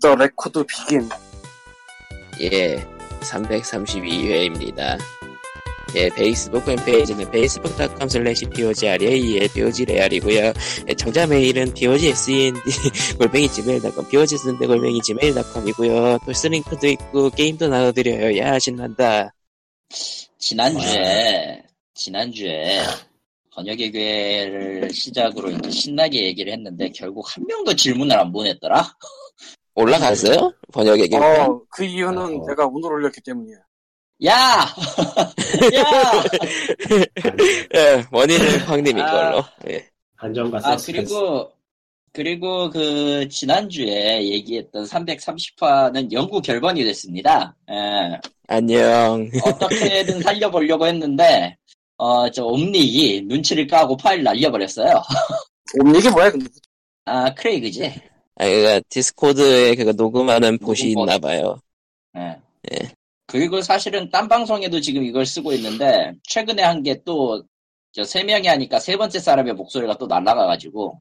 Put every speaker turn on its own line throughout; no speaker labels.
더 레코드 비긴
예, 332회입니다. 예, 페이스북 홈페이지는 facebook.com slash pogreal, 예, pogreal이고요. 청자 메일은 pogsend, E 골뱅이 gmail.com, pogsend, 골뱅이 gmail.com이고요. 돌스링크도 있고, 게임도 나눠드려요. 야, 신난다.
지난주에 지난주에 번역의 괴를 시작으로 이제 신나게 얘기를 했는데 결국 한 명도 질문을 안 보냈더라.
올라갔어요? 번역의 게
어 그 이유는
어.
내가 오늘 올렸기 때문이야
야, 아, 야.
예, 원인은 황님인
아.
걸로. 예.
한정과
아
서스펜스.
그리고 그리고 그 지난주에 얘기했던 330화는 연구 결번이 됐습니다. 예,
안녕.
어떻게든 살려보려고 했는데 어 저 옴닉이 눈치를 까고 파일 날려버렸어요.
옴닉이 뭐야 근데
아 크레이그지.
아, 그니까, 디스코드에 그거 녹음하는 곳이
녹음 버튼.
있나봐요.
예.
예.
그리고 사실은 딴 방송에도 지금 이걸 쓰고 있는데 최근에 한 게 또 저 세 명이 하니까 세 번째 사람의 목소리가 또 날라가가지고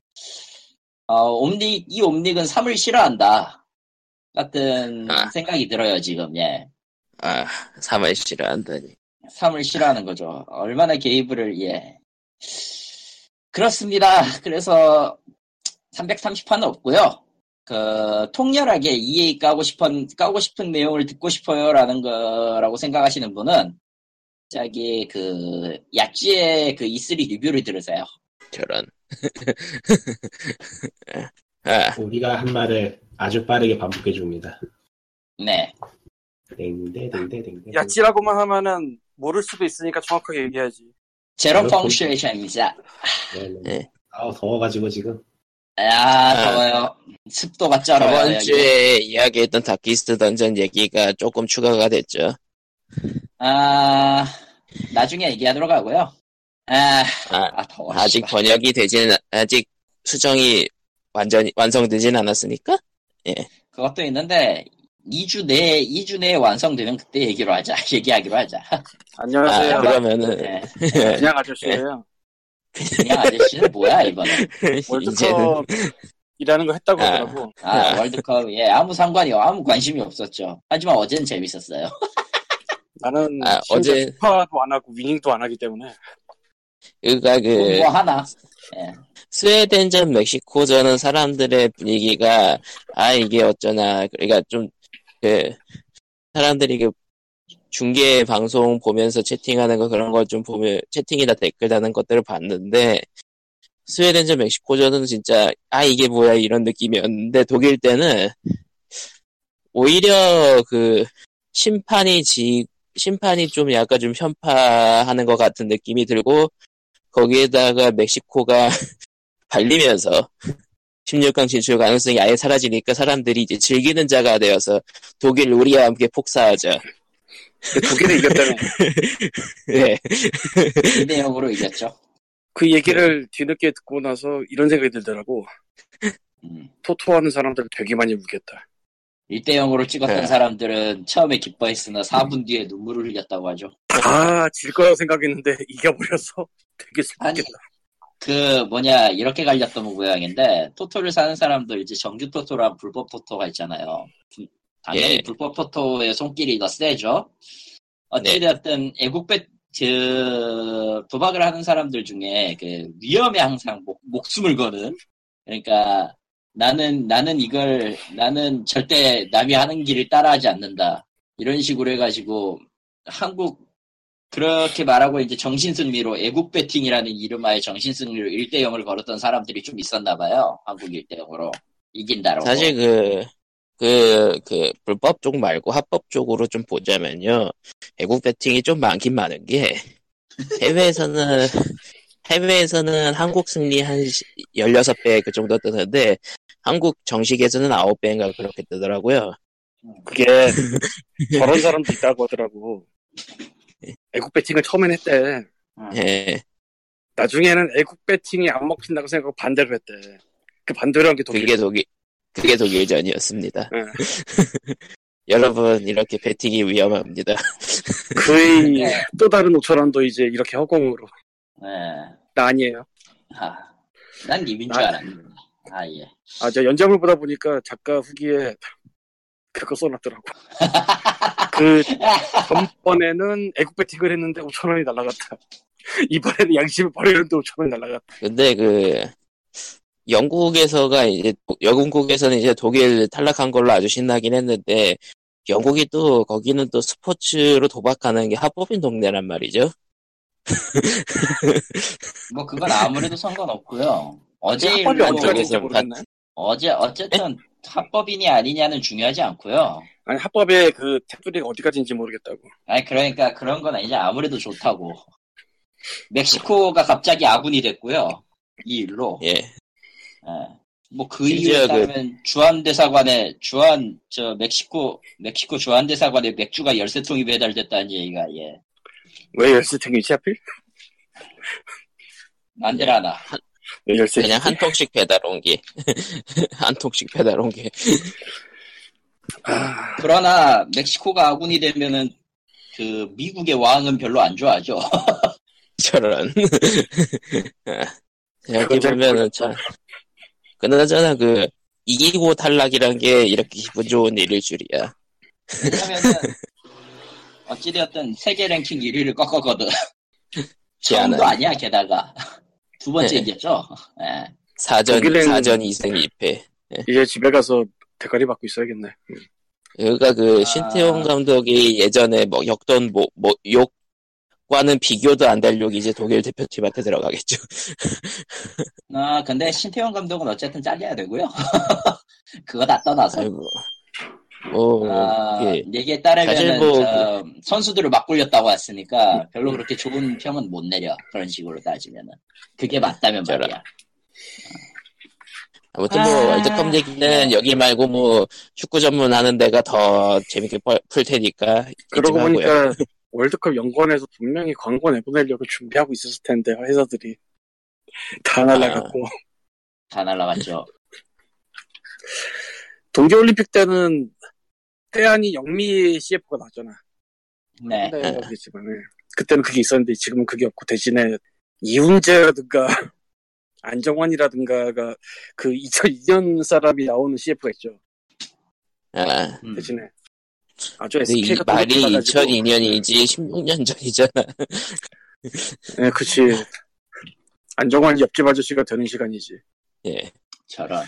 어 옴닉 이 옴닉은 삶을 싫어한다 같은
아.
생각이 들어요 지금 예
아, 사말 싫어한다니.
삶을 싫어하는 거죠 얼마나 게이브를 예 그렇습니다 그래서 330화는 없고요 그 통렬하게 EA 까고 싶은 까고 싶은 내용을 듣고 싶어요라는 거라고 생각하시는 분은 자기 그 야찌의 그 E3 리뷰를 들으세요.
저런. 아,
우리가 한 말을 아주 빠르게 반복해 줍니다.
네,
땡대 땡대 땡대.
야찌라고만 하면은 모를 수도 있으니까 정확하게 얘기하지
제롬
그렇군요.
펑슈에이션입니다.
네, 네.
네.
아우 더워가지고 지금.
야 아, 더워요. 습도가 쩔어요.
저번
여기.
주에 이야기했던 다키스트 던전 얘기가 조금 추가가 됐죠.
아 나중에 얘기하도록 하고요. 아,
아,
아, 더워.
아직
씨발.
번역이 되진, 아직 수정이 완전히, 완성되진 않았으니까?
그것도 있는데 2주 내에 2주 내에 완성되면 그때 얘기로 하자. 얘기하기로 하자.
안녕하세요
아, 그러면은,
네.
그냥 아저씨예요
그냥 아저씨는 뭐야 이번에?
예. 이제는,
월드컵이라는 거 했다고
아.
하더라고
아, 월드컵, 예, 아무 상관이, 아무 관심이 없었죠. 하지만 어제는 재밌었어요.
나는
아, 어제-
어제 파도 안 하고 위닝도 안 하기 때문에
그니까 그,
뭐 하나.
스웨덴전, 멕시코전은 사람들의 분위기가, 아, 이게 어쩌나. 그러니까 좀, 그, 사람들이 그, 중계 방송 보면서 채팅하는 거 그런 걸 좀 보면, 채팅이나 댓글 다는 것들을 봤는데, 스웨덴전, 멕시코전은 진짜, 아, 이게 뭐야, 이런 느낌이었는데, 독일 때는, 오히려 그, 심판이 지, 심판이 좀 약간 좀 편파하는 것 같은 느낌이 들고, 거기에다가 멕시코가 발리면서 16강 진출 가능성이 아예 사라지니까 사람들이 이제 즐기는 자가 되어서 독일 우리와 함께 폭사하자.
근데 독일이 이겼다며
예.
이 내용으로 이겼죠.
그 얘기를 뒤늦게 듣고 나서 이런 생각이 들더라고
음.
토토하는 사람들 되게 많이 울겠다
1대0으로 찍었던
네.
사람들은 처음에 기뻐했으나 4분 뒤에 눈물을 흘렸다고 하죠.
아 질 거라고 생각했는데 이겨버려서 되게
아니,
슬프겠다
그, 뭐냐, 이렇게 갈렸던 모양인데, 토토를 사는 사람들, 이제 정규 토토랑 불법 토토가 있잖아요. 부- 당연히
예.
불법 토토의 손길이 더 세죠. 어찌됐든, 애국배, 그, 도박을 하는 사람들 중에, 그, 위험에 항상 목, 목숨을 거는, 그러니까, 나는, 나는 이걸, 나는 절대 남이 하는 길을 따라하지 않는다. 이런 식으로 해가지고, 한국 그렇게 말하고 이제 정신승리로 애국 배팅이라는 이름하에 정신승리로 1대 0을 걸었던 사람들이 좀 있었나 봐요. 한국 1대 0으로 이긴다라고.
사실 그, 그, 그, 불법 쪽 말고 합법 쪽으로 좀 보자면요. 애국 배팅이 좀 많긴 많은 게, 해외에서는, 해외에서는 한국 승리 한 16배 그 정도 뜨는데, 한국 정식에서는 9배인가 그렇게 뜨더라고요.
그게 저런 사람도 있다고 하더라고. 애국 배팅을 처음엔 했대.
예.
나중에는 애국 배팅이 안 먹힌다고 생각하고 반대로 했대. 그 반대로 한 게 독일.
그게 독일, 그게 독일전이었습니다.
네.
여러분, 이렇게 배팅이 위험합니다.
그의
네.
또 다른 오천원도 이제 이렇게 허공으로.
네.
나 아니에요.
아, 난 님인 줄
아.
알았는데. 아 예.
아, 제가 연장을 보다 보니까 작가 후기에 그거 써놨더라고. 그 전번에는 애국 배팅을 했는데 5천 원이 날라갔다. 이번에는 양심을 버리는데 5천 원이 날라갔다.
근데 그 영국에서가 이제 영국에서는 이제 독일 탈락한 걸로 아주 신나긴 했는데 영국이 또 거기는 또 스포츠로 도박하는 게 합법인 동네란 말이죠.
뭐 그건 아무래도 상관없고요. 어제
합법이
일로
언제가
쪽에서
진짜 모르겠네.
어제 어쨌든 합법이니 아니냐는 중요하지 않고요.
아니 합법의 그 테두리가 어디까지인지 모르겠다고.
아니 그러니까 그런 건 이제 아무래도 좋다고. 멕시코가 갑자기 아군이 됐고요. 이 일로.
예.
뭐그 이유에
심지어 그-
따르면 주한 대사관에 주한 저 멕시코 멕시코 주한 대사관에 맥주가 열세 통이 배달됐다는 얘기가 예.
왜 열쇠 챙기지 하필?
만들
예.
하나.
왜 열쇠?
그냥 한 통씩 배달 온 게. 한 통씩 배달 온 게.
아,
그러나 멕시코가 아군이 되면은 그 미국의 왕은 별로 안 좋아하죠.
저런.
그건 잘
생각해보면은 참. 그나저나 그, 이기고 탈락이란 게 이렇게 기분 좋은 일일 줄이야.
왜냐면은 어찌되었든 세계 랭킹 1위를 꺾었거든. 처음도
희한하네.
아니야 게다가 두 번째
네.
이겼죠. 예.
사전,
독일은-
사전 2승 2패.
이제 집에 가서 대가리 받고 있어야겠네.
그러니까 그,
아.
신태용 감독이 예전에 뭐, 역던 뭐, 뭐, 욕, 과는 비교도 안 될 욕이 이제 독일 대표팀한테 들어가겠죠.
아 근데 신태용 감독은 어쨌든 잘려야 되고요. 그거 다 떠나서
아이고. 뭐,
아,
예.
얘기에 따르면
사실 뭐-
선수들을 막 굴렸다고 했으니까
음.
별로 그렇게 좋은 평은 못 내려 그런 식으로 따지면은 그게 맞다면
음. 저런.
말이야.
아무튼 뭐
아.
월드컵 얘기는 여기 말고 뭐 축구 전문 하는 데가 더 재밌게 뻘- 풀 테니까
그러고
이쯤 하고요.
보니까 월드컵 연관에서 분명히 광고 내보내려고 준비하고 있었을 텐데 회사들이 다 날라갔고
아.
다 날라갔죠.
동계올림픽 때는 태안이 영미 CF가 나왔잖아.
네.
네. 모르겠지만, 예. 그때는 그게 있었는데 지금은 그게 없고 대신에 이훈재라든가 안정환이라든가가 그 2002년 사람이 나오는 CF가 있죠.
아,
음.
대신에 아주
근데 이
SK 같은
말이
거 받아가지고,
2002년이지 16년 전이잖아.
예, 그치. 안정환 옆집 아저씨가 되는 시간이지.
예.
저런.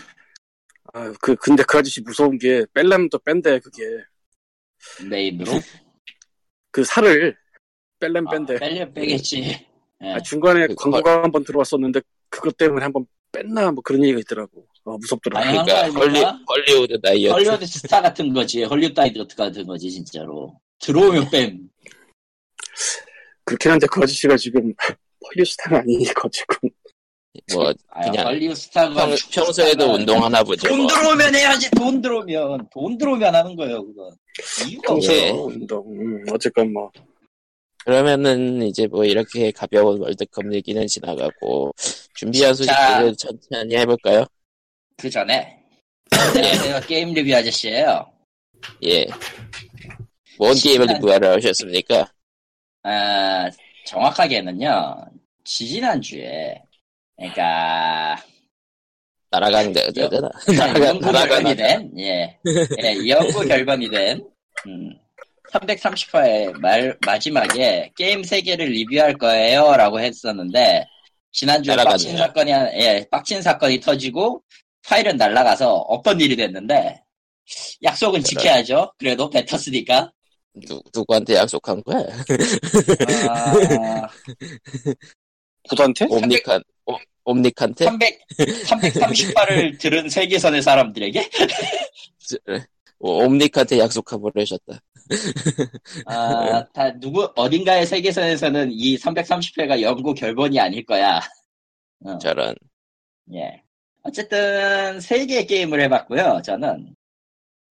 아, 그 근데 그 아저씨 무서운 게 뺄라면 또 뺀대 그게
메인으로
그 살을 뺄라면
아,
뺀대.
뺄려 빼겠지. 예.
아, 중간에
그
광고가 한 번 들어왔었는데 그것 때문에 한 번 뺐나 뭐 그런 얘기가 있더라고. 어, 무섭더라.
아니,
그러니까
한국
헐리,
아닙니까?
헐리우드 다이어트.
헐리우드 스타 같은 거지. 헐리우드 다이어트 같은 거지 진짜로. 들어오면 뺨.
그렇긴 한데 그 아저씨가 지금 펄리스타는 아니거든.
뭐
아,
그냥
헐리우드 스타가
평, 평소에도 운동하나 보죠.
돈
뭐.
들어오면 해야지. 돈 들어오면 돈 들어오면 하는 거예요. 그건 이유가 없어.
평소에
예.
운동. 음, 어쨌건 뭐
그러면은 이제 뭐 이렇게 가벼운 월드컵 얘기는 지나가고 준비한
자.
소식들을 천천히 해볼까요?
그 전에 안녕하세요 게임 리뷰 아저씨예요.
예. 뭔 게임을
시간-
리뷰하러 오셨습니까?
아, 정확하게는요 지지난 주에 그러니까
날아가는 데잖아. 날아가,
연구 결과이
날아가는 데.
된 예, 예 연구 결과이 된 음, 330화 말 마지막에 게임 세 개를 리뷰할 거예요라고 했었는데 지난주에
날아갔네요.
빡친 사건이 한- 예 빡친 사건이 터지고 파일은 날아가서 어떤 일이 됐는데 약속은 지켜야죠 그래도 뱉었으니까
누, 누구한테 약속한 거야?
아, 네?
보단테?
옴니칸, 옴- 옴니칸테?
300 330화를 들은 세계선의 사람들에게
오- 네. 옴니칸테 약속한 보내셨다.
아, 다 누구 어딘가의 세계선에서는 이 330회가 연구 결본이 아닐 거야.
저런.
예. 어쨌든 세 개의 게임을 해봤고요. 저는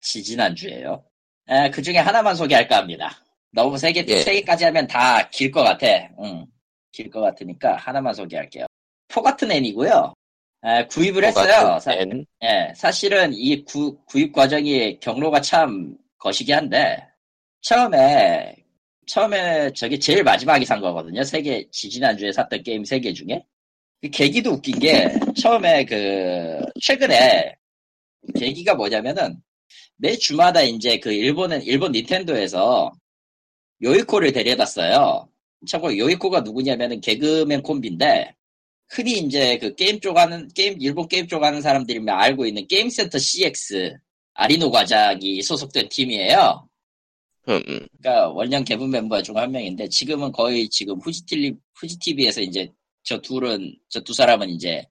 지지난 주에요. 아, 그 중에 하나만 소개할까 합니다. 너무 세 개,
예.
세 개까지 하면 다 길 것 같아. 응. 길 것 같으니까 하나만 소개할게요. 포같은 앤이고요. 아, 구입을 했어요. 사,
엔.
예, 사실은 이 구, 구입 과정이 경로가 참 거시기 한데, 처음에, 처음에 저게 제일 마지막에 산 거거든요. 세 개, 지지난주에 샀던 게임 세 개 중에. 그 계기도 웃긴 게, 처음에 그, 최근에, 계기가 뭐냐면은, 매 주마다 이제 그 일본은 일본 닌텐도에서 요이코를 데려갔어요. 참고로 요이코가 누구냐면은 개그맨 콤비인데 흔히 이제 그 게임 쪽 하는 게임 일본 게임 쪽 하는 사람들이 알고 있는 게임센터 CX 아리노 과장이 소속된 팀이에요.
음, 음.
그러니까 원년 개분 멤버 중 한 명인데 지금은 거의 지금 후지TV 후지TV에서 이제 저 둘은 저 두 사람은 이제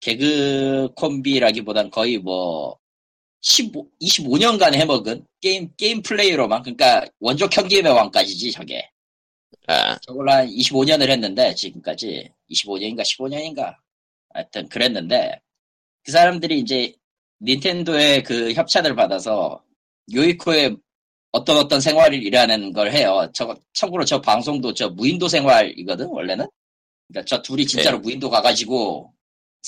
개그 콤비라기보단 거의 뭐 15, 25년간 해먹은 게임 게임 플레이로만 그러니까 원조 경기의 왕까지지 저게
아,
저걸로 한 25년을 했는데 지금까지 25년인가 15년인가 하여튼 그랬는데 그 사람들이 이제 닌텐도의 그 협찬을 받아서 요이코의 어떤 어떤 생활을 일하는 걸 해요. 저 참고로 저 방송도 저 무인도 생활이거든 원래는. 그러니까 저 둘이 진짜로 무인도 가가지고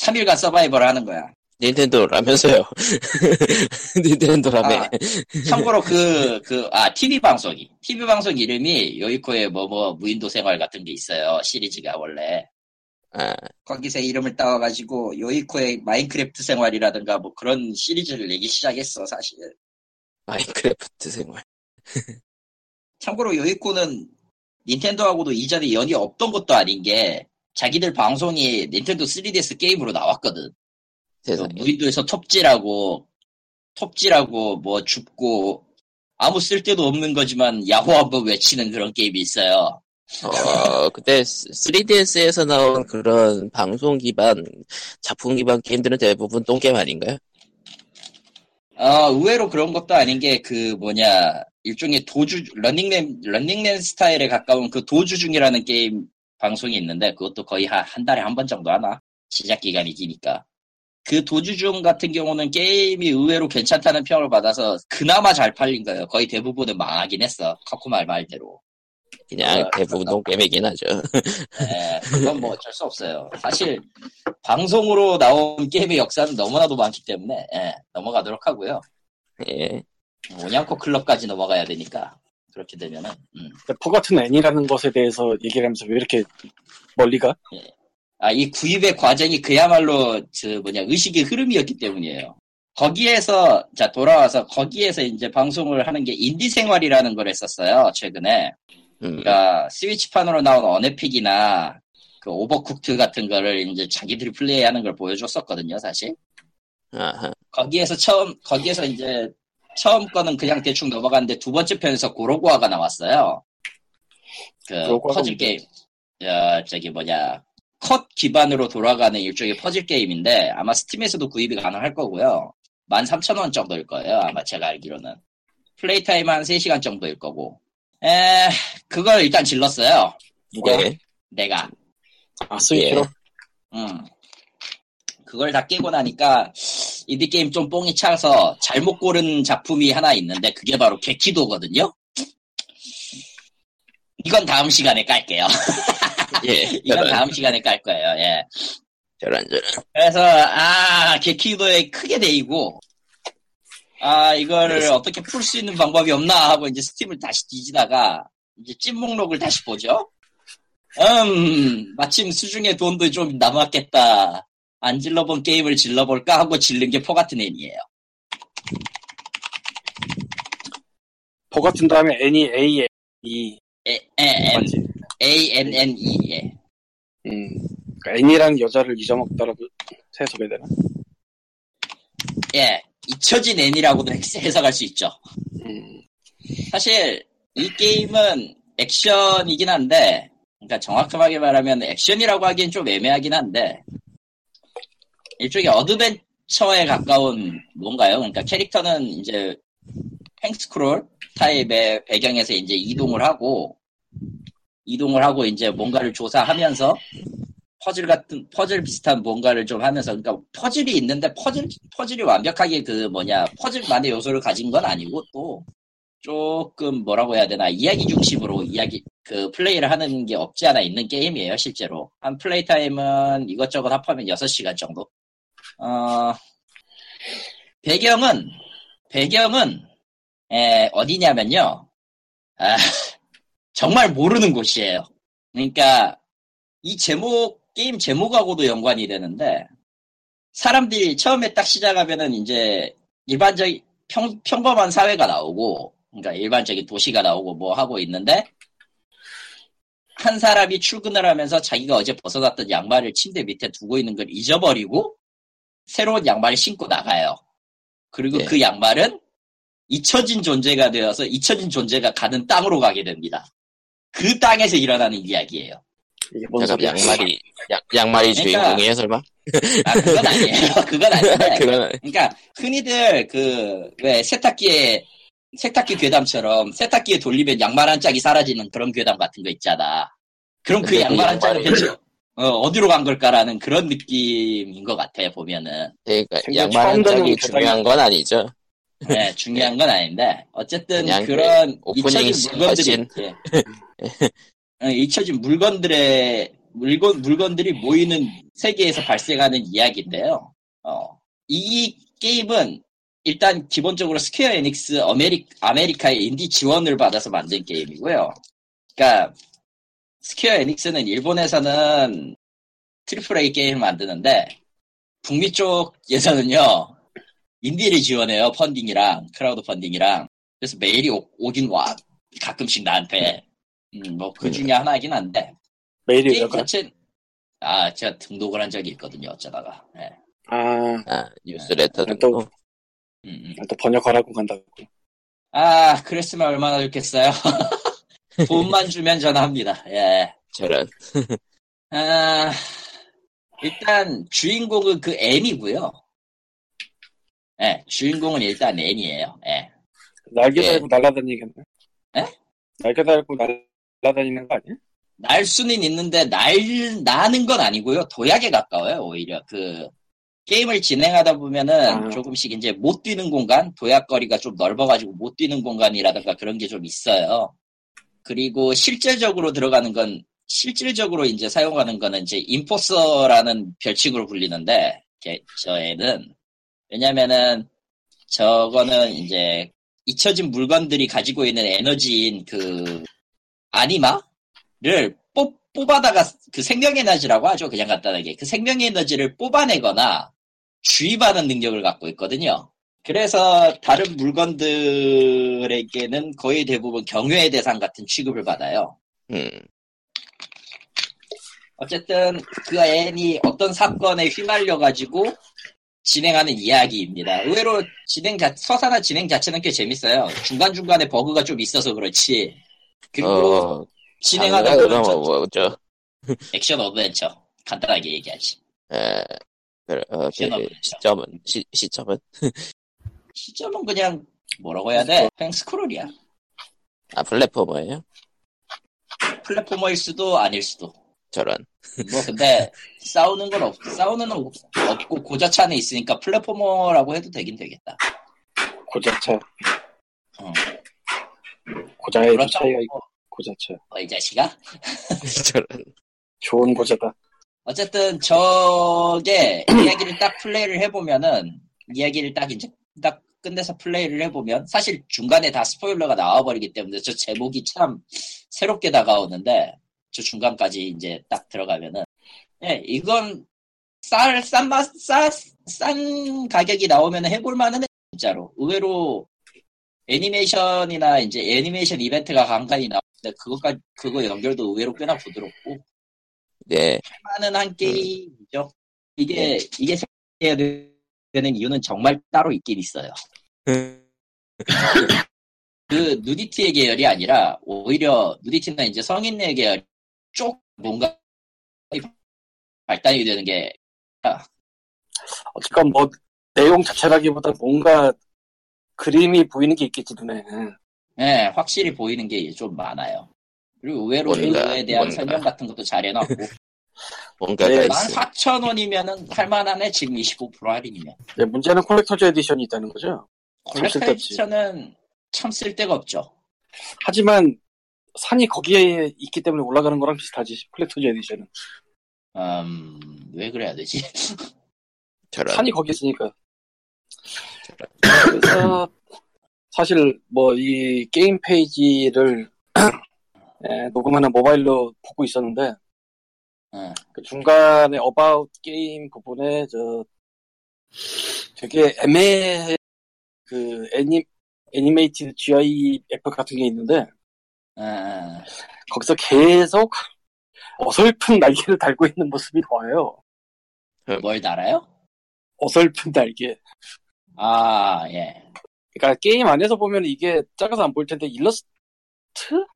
3일간 서바이벌을 하는 거야.
닌텐도라면서요. 닌텐도라며.
아, 참고로 그, 그, 아, TV 방송이. TV 방송 이름이 요이코의 뭐, 뭐, 무인도 생활 같은 게 있어요. 시리즈가 원래.
아.
거기서 이름을 따와가지고 요이코의 마인크래프트 생활이라든가 뭐 그런 시리즈를 내기 시작했어, 사실.
마인크래프트 생활.
참고로 요이코는 닌텐도하고도 이전에 연이 없던 것도 아닌 게 자기들 방송이 닌텐도 3DS 게임으로 나왔거든. 그
세상에.
무인도에서 톱질하고 톱질하고 뭐 죽고 아무 쓸데도 없는 거지만 야호 한번 외치는 그런 게임이 있어요.
어, 근데 3DS에서 나온 그런 방송 기반, 작품 기반 게임들은 대부분 똥게임 아닌가요?
아 의외로 그런 것도 아닌 게 그 뭐냐 일종의 도주 런닝맨 런닝맨 스타일에 가까운 그 도주 중이라는 게임 방송이 있는데 그것도 거의 한, 한 달에 한 번 정도 하나 시작 기간이 기니까 그 도주 중 같은 경우는 게임이 의외로 괜찮다는 평을 받아서 그나마 잘 팔린 거예요. 거의 대부분은 망하긴 했어. 커코말 말대로.
그냥
아,
대부분 똥게임이긴 하죠.
예, 그건 뭐 어쩔 수 없어요. 사실 방송으로 나온 게임의 역사는 너무나도 많기 때문에 예, 넘어가도록 하고요.
예.
오냥코 클럽까지 넘어가야 되니까 그렇게 되면은 음.
네, 퍼 같은 N이라는 것에 대해서 얘기를 하면서 왜 이렇게 멀리가?
아, 이 구입의 과정이 그야말로 그 뭐냐 의식의 흐름이었기 때문이에요. 거기에서 자 돌아와서 거기에서 이제 방송을 하는 게 인디 생활이라는 걸 했었어요 최근에
음,
그러니까 스위치판으로 나온 어네픽이나 그 오버쿡트 같은 거를 이제 자기들이 플레이하는 걸 보여줬었거든요 사실
아하.
거기에서 처음 거기에서 이제 처음 거는 그냥 대충 넘어갔는데 두 번째 편에서 고로고아가 나왔어요. 그
고로고아가
퍼즐
뭔데?
게임, 어, 저기 뭐냐 컷 기반으로 돌아가는 일종의 퍼즐 게임인데 아마 스팀에서도 구입이 가능할 거고요. 13,000원 정도일 거예요. 아마 제가 알기로는 플레이 타임 한 3시간 정도일 거고. 에 그걸 일단 질렀어요.
누가?
예.
내가.
아, 스위치로?
음. 그걸 다 깨고 나니까 인디게임 좀 뽕이 차서 잘못 고른 작품이 하나 있는데 그게 바로 개키도거든요? 이건 다음 시간에 깔게요.
예.
이건
저런,
다음 시간에 깔 거예요. 예.
저런, 저런.
그래서 아 개키도에 크게 데이고 아 이거를
그래서-
어떻게 풀 수 있는 방법이 없나 하고 이제 스팀을 다시 뒤지다가 이제 찐 목록을 다시 보죠. 음 마침 수중에 돈도 좀 남았겠다. 안 질러본 게임을 질러볼까 하고 질른 게 포 같은 애니예요.
퍼 같은 다음에 N이 A, E.
에, 에, M,
맞지?
A N N E 예.
음. 그러니까 N이라는 여자를 잊어먹더라도 해석이 되나?
예 잊혀진 애니라고도 해석할 수 있죠.
음.
사실 이 게임은 액션이긴 한데 그러니까 정확하게 말하면 액션이라고 하기엔 좀 애매하긴 한데 일종의 어드벤처에 가까운 뭔가요? 그러니까 캐릭터는 이제 횡스크롤 타입의 배경에서 이제 이동을 하고 이동을 하고 이제 뭔가를 조사하면서 퍼즐 같은 퍼즐 비슷한 뭔가를 좀 하면서 그러니까 퍼즐이 있는데 퍼즐 퍼즐이 완벽하게 그 뭐냐 퍼즐만의 요소를 가진 건 아니고 또 조금 뭐라고 해야 되나 이야기 중심으로 이야기 그 플레이를 하는 게 없지 않아 있는 게임이에요 실제로 한 플레이 타임은 이것저것 합하면 6시간 정도 어 배경은 배경은 에, 어디냐면요 아, 정말 모르는 곳이에요 그러니까 이 제목 게임 제목하고도 연관이 되는데 사람들이 처음에 딱 시작하면은 이제 일반적 평, 평범한 사회가 나오고, 그러니까 일반적인 도시가 나오고 뭐 하고 있는데, 한 사람이 출근을 하면서 자기가 어제 벗어났던 양말을 침대 밑에 두고 있는 걸 잊어버리고, 새로운 양말을 신고 나가요. 그리고
예.
그 양말은 잊혀진 존재가 되어서 잊혀진 존재가 가는 땅으로 가게 됩니다. 그 땅에서 일어나는 이야기예요.
이게 뭔
잠깐
소리야?
양말이 양, 양말이
그러니까-
주인공이에요 설마?
아, 그건 아니에요. 그건 아닌데.
그런
그러니까 흔히들 그 왜 세탁기에 세탁기 괴담처럼 세탁기에 돌리면 양말 한 짝이 사라지는 그런 괴담 같은 거 있잖아. 그럼 그
근데 그
양말 한 짝은
양말이-
대체 어, 어디로 간 걸까라는 그런 느낌인 것 같아요 보면은
그러니까
생전
양말
처음
한 짝이
듣는
중요한 건 아니죠.
네, 중요한 건 아닌데 어쨌든
그냥
그런
그 오프닝
잊혀진
씬
물건들이
훨씬-
예. 어, 잊혀진 물건들의 물건 물건들이 모이는 세계에서 발생하는 이야기인데요. 어, 이 게임은 일단 기본적으로 스퀘어 에닉스 아메리, 아메리카의 인디 지원을 받아서 만든 게임이고요. 그러니까 스퀘어 에닉스는 일본에서는 트리플 A 게임을 만드는데 북미 쪽에서는요 인디를 지원해요 펀딩이랑 크라우드 펀딩이랑 그래서 메일이 오- 오긴 와 가끔씩 나한테 뭐 그 중에 하나이긴 한데
메일이
게임
네. 약간
자체 아 제가 등록을 한 적이 있거든요 어쩌다가 예.
아,
아 뉴스레터
또-
듣고
음, 음.
또 번역하라고 간다고.
아 그랬으면 얼마나 좋겠어요 돈만 주면 전화합니다 예.
저런
아, 일단 주인공은 그 N이고요 예, 주인공은 일단 N이에요 예.
날개
예.
달고 날아다니겠네.
에?
날개 달고 날아다니는 거 아니야?
날 수는 있는데 날 나는 건 아니고요. 도약에 가까워요. 오히려 그 게임을 진행하다 보면은
아.
조금씩 이제 못 뛰는 공간, 도약거리가 좀 넓어가지고 못 뛰는 공간이라든가 그런 게 좀 있어요. 그리고 실질적으로 들어가는 건 실질적으로 이제 사용하는 거는 이제 인포서라는 별칭으로 불리는데 게- 저 애는 왜냐면은 저거는 이제 잊혀진 물건들이 가지고 있는 에너지인 그 아니마 를 예, 뽑, 뽑아다가 그 생명에너지라고 하죠. 그냥 간단하게. 그 생명에너지를 뽑아내거나 주입하는 능력을 갖고 있거든요. 그래서 다른 물건들에게는 거의 대부분 경유의 대상 같은 취급을 받아요.
음,
어쨌든 그 애인이 어떤 사건에 휘말려가지고 진행하는 이야기입니다. 의외로 진행 자, 서사나 진행 자체는 꽤 재밌어요. 중간중간에 버그가 좀 있어서 그렇지. 그리고
어,
진행하다
장르가
보면
그럼
좀-
뭐죠?
액션 어드벤처 간단하게 얘기하지
에, 그, 어,
액션
그,
어드벤처
시점은 시, 시점은
시점은 그냥 뭐라고 해야 돼 그냥 스크롤이야
아 플랫포머예요?
플랫포머일 수도 아닐 수도
저런
뭐 근데 싸우는 건 없, 싸우는 건 없- 없고 고자차 안에 있으니까 플랫포머라고 해도 되긴 되겠다
고자차.
어.
고자의
그렇죠.
그렇다고
차이가 있고 고자차.
어, 이 자식아
저런
좋은 고자다.
어쨌든 저게 이야기를 딱 플레이를 해보면은 이야기를 딱 이제 딱 끝내서 플레이를 해보면 사실 중간에 다 스포일러가 나와버리기 때문에 저 제목이 참 새롭게 다가오는데 저 중간까지 이제 딱 들어가면은 예 이건 쌀싼싼 가격이 나오면 해볼만은 해 진짜로 의외로 애니메이션이나 이제 애니메이션 이벤트가 간간히 나오는데 그것까지 그거 연결도 의외로 꽤나 부드럽고
네
많은 한 게임이죠. 이게 이게 해야 되는 이유는 정말 따로 있긴 있어요. 그 누디티의 계열이 아니라 오히려 누디티는 이제 성인의 계열 쪽 뭔가 발단이 되는 게
어쨌건 뭐 내용 자체라기보다 뭔가 그림이 보이는 게 있겠지 눈에.
예, 확실히 보이는 게 좀 많아요. 그리고 의외로
뭔가,
그거에 대한
뭔가.
설명 같은 것도 잘 해놨고
뭔가가
네,
있어.
14,000원이면은 할만하네 지금 25% 할인이면
네, 문제는 콜렉터즈 에디션이 있다는 거죠.
콜렉터
쓸데없지.
에디션은 참 쓸데가 없죠.
하지만 산이 거기에 있기 때문에 올라가는 거랑 비슷하지 콜렉터즈 에디션은.
음, 왜 그래야 되지?
저런
산이 거기 있으니까. 그래서 사실 뭐 이 게임 페이지를 예, 녹음하는 모바일로 보고 있었는데
예.
그 중간에 어바웃 게임 부분에 저 되게 애매해 그 애니 애니메이티드 GI 앱 같은 게 있는데
아,
거기서 계속 어설픈 날개를 달고 있는 모습이 보여요.
뭘 달아요?
어설픈 날개.
아, 예.
그러니까 게임 안에서 보면 이게 작아서 안 보일 텐데 일러스트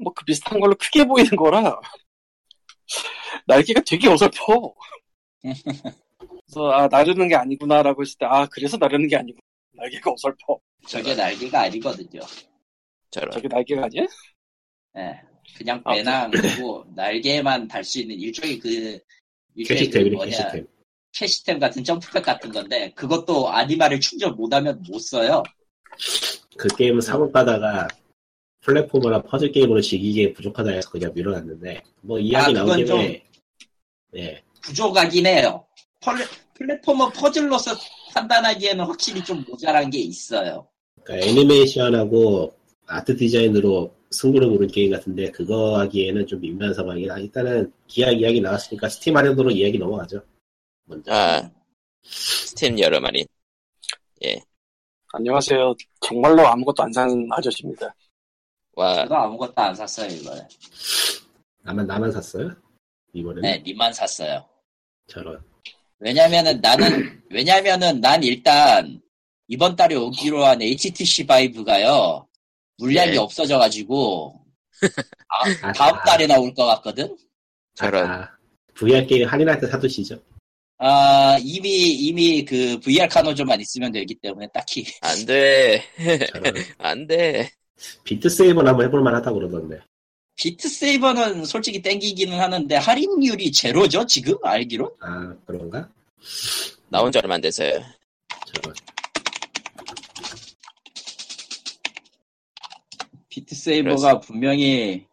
뭐 그 비슷한 걸로 크게 보이는 거라 날개가 되게 어설퍼. 그래서 아 나르는 게 아니구나라고 했을 때 아 그래서 나르는 게 아니고 날개가 어설퍼.
저게 날개가 아니거든요.
저런.
저게 날개가 아니야?
예. 그냥
아,
배낭 그리고 날개만 달 수 있는 일종의 그 일종의 그
캐시템이네,
뭐냐
캐시템.
캐시템 같은 점프백 같은 건데 그것도 아니마를 충전 못하면 못 써요.
그 게임은 사고가다가 플랫폼이나 퍼즐 게임으로 즐기기에 부족하다 해서 그냥 밀어놨는데, 뭐 이야기
아,
나온
그건 좀-
김에, 예,
부족하긴 해요. 플랫, 플랫폼은 퍼즐로서 판단하기에는 확실히 좀 모자란 게 있어요.
그러니까 애니메이션하고 아트 디자인으로 승부를 고른 게임 같은데, 그거 하기에는 좀 미묘한 상황이라, 일단은 기아 이야기 나왔으니까 스팀 아래로 이야기 넘어가죠. 먼저.
아, 스팀 여러 마리.
안녕하세요. 정말로 아무것도 안 사는 아저씨입니다.
와,
저도 아무것도 안 샀어요 이번에.
나만, 나만 샀어요? 이번에는?
네, 니만 샀어요.
저런.
왜냐면은 나는 왜냐면은 난 일단 이번 달에 오기로 한 HTC 바이브가요 물량이
예.
없어져가지고
아,
다음
아,
달에 나올 것 같거든.
저런.
아, VR 게임 할인할 때 사두시죠.
아 이미 이미 그 VR 카노조만 있으면 되기 때문에 딱히
안 돼.
저런.
안 돼.
비트 세이버는 한번 해볼만 하다고 그러던데.
비트 세이버는 솔직히 땡기기는 하는데 할인율이 제로죠 지금 알기로?
아, 그런가?
나온 지 얼마 안 돼서요.
저런.
비트 세이버가 분명히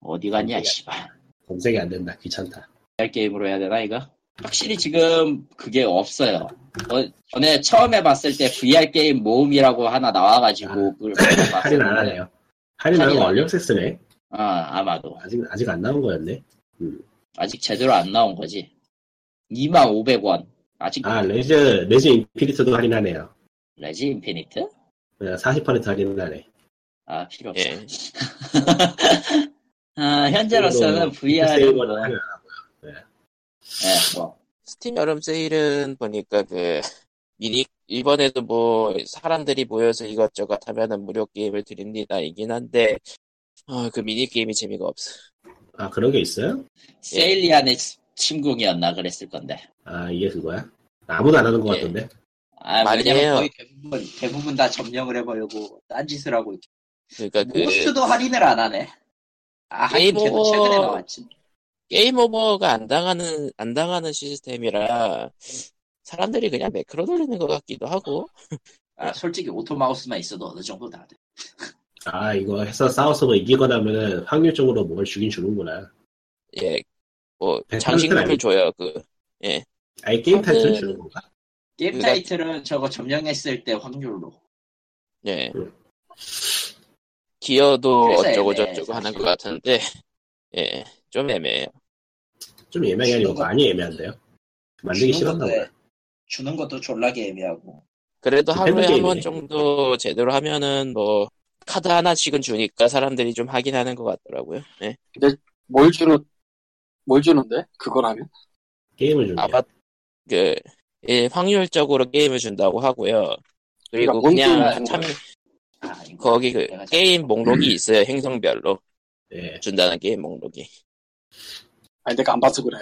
어디 갔냐 씨발.
검색이 안 된다. 귀찮다.
VR 게임으로 해야 되나 이거? 확실히 지금 그게 없어요. 어, 전에 처음에 봤을 때 VR 게임 모음이라고 하나
아,
나와가지고 그걸
할인 안
봤었는데,
하네요. 할인 안 하고
할인 안
얼리 액세스네.
아 아마도
아직 아직 안 나온 거였네.
아직 제대로 안 나온 거지. 25,500원 아직
아 레즈 레즈 인피니트도 할인하네요.
레지 인피니트?
네, 40% 할인하네.
아 필요 없어.
예.
아 현재로서는 VR 은
세이버는 할인 안 하고.
예, 뭐
스팀 여름 세일은 보니까 그 미니 이번에도 뭐 사람들이 모여서 이것저것 하면은 무료 게임을 드립니다 이긴 한데 아, 그 미니 게임이 재미가 없어.
아 그런 게 있어요?
세일리안의 침공이었나 그랬을 건데.
아 이게 그거야? 아무도 안 하는 것
예.
같던데.
아
아니에요.
왜냐면 거의 대부분 대부분 다 점령을 해버리고 딴 짓을 하고 있.
그러니까 그
모스도 할인을 안 하네. 아, 하긴
네이버- 뭐
걔도 최근에 나왔지.
게임 오버가 안 당하는 안 당하는 시스템이라 사람들이 그냥 매크로 돌리는 것 같기도 하고 네.
아, 솔직히 오토마우스만 있어도 어느 정도 다 돼.
아 이거 해서 싸워서 뭐 이기거나 하면은 확률적으로 뭘 주긴 주는구나.
예 뭐
네,
장식물을
그건
줘요 그
아예 게임
저는-
타이틀 주는 건가?
게임
그러니까-
타이틀은 저거 점령했을 때 확률로.
예.
음.
기어도
그래서
어쩌고
애매해,
저쩌고 하는
사실.
것 같은데, 예, 좀 애매해요.
좀 애매하게 아니고
주는
많이 애매한데요. 만들기
주는
싫었나
것도
보다.
애- 주는 것도 졸라게 애매하고.
그래도
그 팬
하루에 한
게임이네.
번 정도 제대로 하면은 뭐, 카드 하나씩은 주니까 사람들이 좀 하긴 하는 것 같더라고요. 예.
뭘 주는 뭘 주는데 그걸 하면
게임을 주는.
아바, 그, 예, 확률적으로 게임을 준다고 하고요.
그러니까
그리고
뭔 게임을
그냥
주는
참,
거야?
아, 이거
거기 그,
내가 잘-
게임 목록이 있어요. 행성별로.
예.
준다는 게임 목록이.
아니 내가 안 봐서 그래.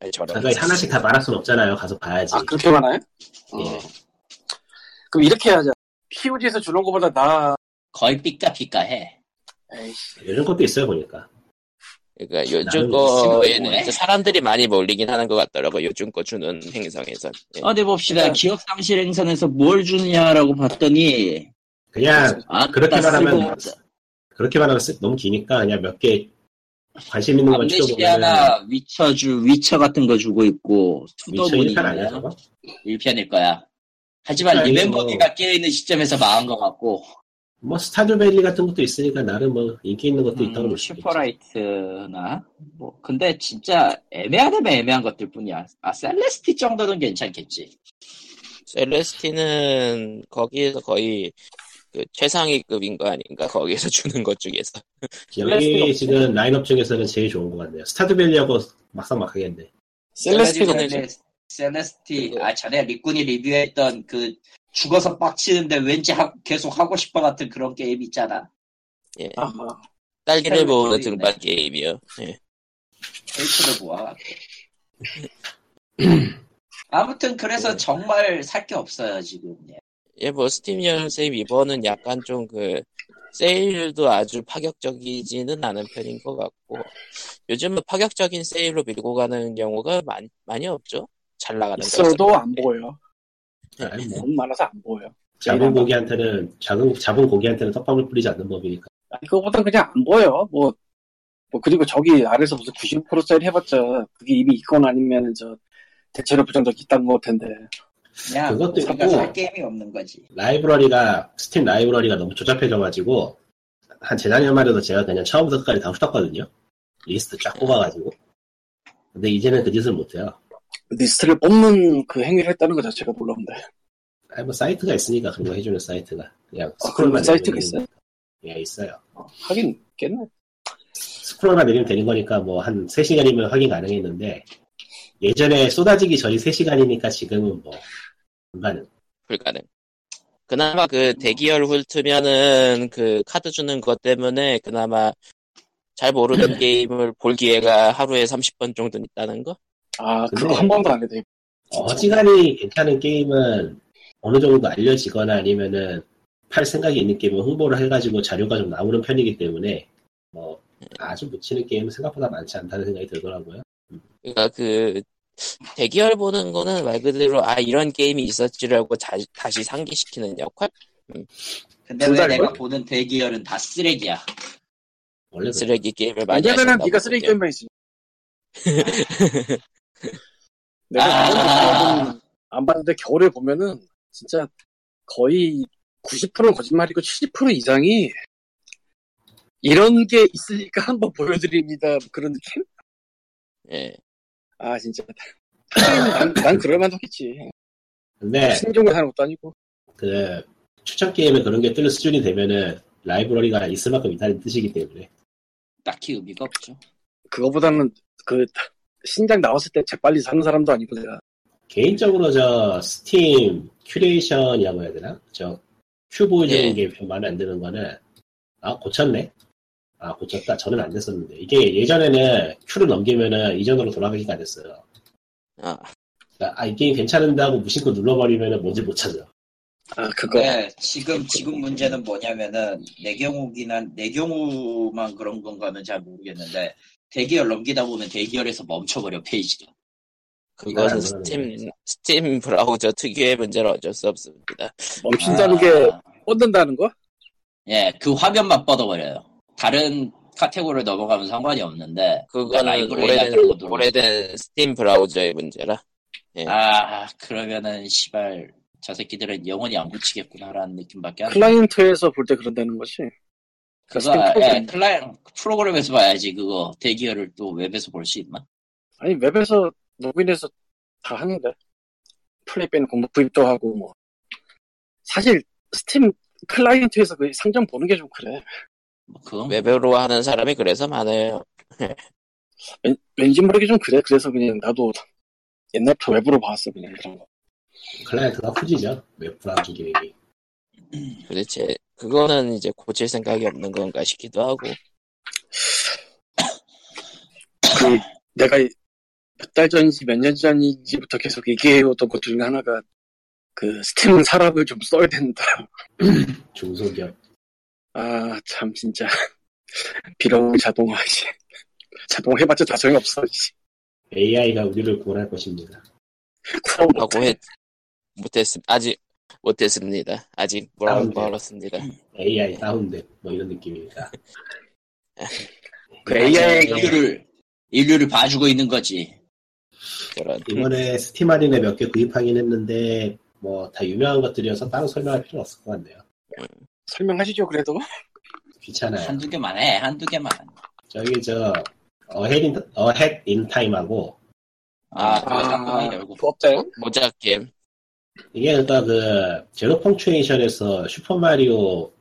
아니, 저런.
잠깐 그러니까 하나씩 다 말할 순 없잖아요. 가서 봐야지.
아 그렇게 많아요? 어.
예.
그럼 이렇게 하자. POG에서 주는 거보다 나
거의 삐까삐까해.
에이씨
요즘 것도 있어요 보니까.
그러니까
나는
요즘
무슨
거에는
거에?
이제 사람들이 많이 몰리긴 하는 것 같더라고. 요즘 거 주는 행성에서. 예.
어디 아, 봅시다. 기억 상실 행선에서 뭘 주느냐라고 봤더니
그냥
아,
그렇게
나 쓰고
말하면 그렇게 말하면 쓰- 너무 기니까 그냥 몇 개 관심 있는 거 찍어보면
암네시아나 위쳐 주 위쳐 같은 거 주고 있고
미쳐
투더문이
일탈 아니야 저거?
1편일 거야. 하지만
아니,
리멤버기가
뭐.
깨어있는 시점에서 망한 것 같고
뭐 스타듀밸리 같은 것도 있으니까 나름 뭐 인기 있는 것도 있다고
음,
볼수 있겠지
슈퍼라이트나 뭐 근데 진짜 애매하다면 애매한 것들 뿐이야. 아 셀레스티 정도는 괜찮겠지.
셀레스티는 거기에서 거의 그 최상위급인 거 아닌가? 거기에서 주는 것 중에서.
셀레스티가
여기 지금 라인업 중에서는 제일 좋은 것 같네요. 스타드밸리하고 막상 막 하겠네.
셀레스티는
셀레스티는
이제
셀레스티 아 전에 리꾼이 리뷰했던 그 죽어서 빡치는데 왠지 하- 계속 하고 싶어 같은 그런 게임 있잖아.
예.
아하.
딸기를 모으는
셀레스티네.
등반 게임이요. 예.
페이크를 모아. 아무튼 그래서 정말 살 게 없어요 지금. 예.
예, 뭐 스팀 연세 이번은 약간 좀 그 세일도 아주 파격적이지는 않은 편인 것 같고 요즘은 파격적인 세일로 밀고 가는 경우가 많이, 많이 없죠. 잘 나가는 게
있어도
없어서.
안 보여.
네.
아니, 뭐,
너무 많아서 안 보여.
작은 고기한테는, 작은, 작은 고기한테는 떡밥을 뿌리지 않는 법이니까.
아니, 그거보단 그냥 안 보여. 뭐, 뭐, 그리고 저기 아래서 무슨 90%짜리 해봤자, 그게 이미 있거나 아니면 저, 대체로 그 부정적 있단 거 텐데.
그냥
그것도
우리가
있고.
살 게임이 없는 거지.
라이브러리가, 스팀 라이브러리가 너무 조잡해져가지고, 한 재작년 말에도 제가 그냥 처음부터 끝까지 다 훑었거든요. 리스트
네.
쫙 뽑아가지고. 근데 이제는 그 짓을 못해요.
리스트를 뽑는 그 행위를 했다는 것 자체가 놀라운데.
아니, 뭐, 사이트가 있으니까, 그런 거 해주는 사이트가. 그냥,
어, 아, 그런
스크롤만
사이트가
내리면
있어요?
예, 있어요.
하긴 있겠네.
스크롤만 내리면 되는 거니까 뭐 한 3시간이면 확인 가능했는데 예전에 쏟아지기 전이 3시간이니까 지금은 뭐 불가능.
불가능. 그나마 그 대기열 훑으면은 그 카드 주는 것 때문에 그나마 잘 모르는 게임을 볼 기회가 하루에 30분 정도 있다는 거?
아,
근데-
그거 한 번도 안 해도
어지간히 괜찮은 게임은 어느 정도 알려지거나 아니면은 팔 생각이 있는 게임은 홍보를 해가지고 자료가 좀 나오는 편이기 때문에 뭐 아주 묻히는 게임은 생각보다 많지 않다는 생각이 들더라고요.
그러니까 그 대기열 보는 거는 말 그대로 아 이런 게임이 있었지라고 자- 다시 상기시키는 역할?
근데
둘
왜
다
내가
이걸?
보는 대기열은 다 쓰레기야.
원래 그
쓰레기 게임을 많이
왜냐면은
하셨나
네가 쓰레기
보군요.
게임만 있지.
아.
내가 겨울안 봤는데 겨울에 보면은 진짜 거의 90%는 거짓말이고 70% 이상이 이런 게 있으니까 한번 보여드립니다. 뭐 그런 느낌?
예.
아 진짜 난, 난 그럴만도 하겠지
근데
신종을 사는 것도 아니고
그 추천 게임에 그런 게 뜰 수준이 되면은 라이브러리가 있을 만큼 있다는 뜻이기 때문에
딱히 의미가 없죠.
그거보다는 그 신작 나왔을 때 재빨리 사는 사람도 아니고 내가
개인적으로 저 스팀 큐레이션이라고 해야 되나? 저 큐보이
예.
주는 게 마음에 안 드는 거는 아 고쳤네. 아 고쳤다. 저는 안 됐었는데 이게 예전에는 큐를 넘기면은 이전으로 돌아가기가 안 됐어요.
아,
그러니까 아이 게임 괜찮은다고 무심코 눌러버리면은 뭔지 못 찾아.
아 그거
네.
근데 지금 지금 문제는 뭐냐면은 내 경우기는 내 경우만 그런 건가는 잘 모르겠는데 대기열 넘기다 보면 대기열에서 멈춰버려 페이지가.
그것은
이건 안
스팀 스팀 브라우저 특유의 문제는 어쩔 수 없습니다. 아.
멈춘다는 게 뻗는다는 거?
아, 예, 그 화면만 뻗어버려요. 다른 카테고리를 넘어가면 상관이 없는데.
그거는
라이브러리가
오래된
그런 것도
오래된 스팀 브라우저의 문제라.
아, 그러면은 시발 저 새끼들은 영원히 안 고치겠구나라는 느낌밖에 안 들어요.
클라이언트에서 볼 때 그런다는 거지
그거
스팀
아, 예,
프로그램.
클라이언트 프로그램에서 봐야지 그거 대기열을 또 웹에서 볼 수 있나?
아니 웹에서 로그인해서 다 하는데 플레이 빼는 공부 구입도 하고 뭐 사실 스팀 클라이언트에서 그 상점 보는 게 좀 그래
뭐 그건
웹으로 하는 사람이 그래서 많아요.
왠, 왠지 모르게 좀 그래 그래서 그냥 나도 옛날부터 웹으로 봤어 그냥 그런 거
클라이언트가 후지죠. 웹 브라우저 기능이.
도대체 그거는 이제 고칠 생각이 없는 건가 싶기도 하고.
그 내가 몇 달 전인지 몇 년 전인지부터 계속 얘기해오던 것 중에 하나가 그 스팀은 사람을 좀 써야 된다.
중소기업.
아 참 진짜 비록 자동화지 자동해봤자 다 소용없어. 씨.
AI가 우리를 구원할 것입니다.
그럼
하고
어떡해.
했 못했음 아직 못했습니다. 아직 뭐라고
네.
다음 주에.
멀었습니다.
AI 다운됨. 뭐 이런 느낌이니까.
그
아직
AI가
인류를 인류를 봐주고 있는 거지.
그런
네.
이번에 스팀 할인에 몇 개 구입하긴 했는데 뭐 다 유명한 것들이어서 따로 설명할 필요는 없을 것 같네요.
설명하시죠 그래도
귀찮아요.
한두 개만 해, 한두 개만.
저기 저 어헤드 인, 어헤드 인 타임하고
아,
아, 뭐
그거 깜빡이 열고.
부업자요?
모자 게임
이게 그러니까 그 제로 펑츄에이션에서 슈퍼마리오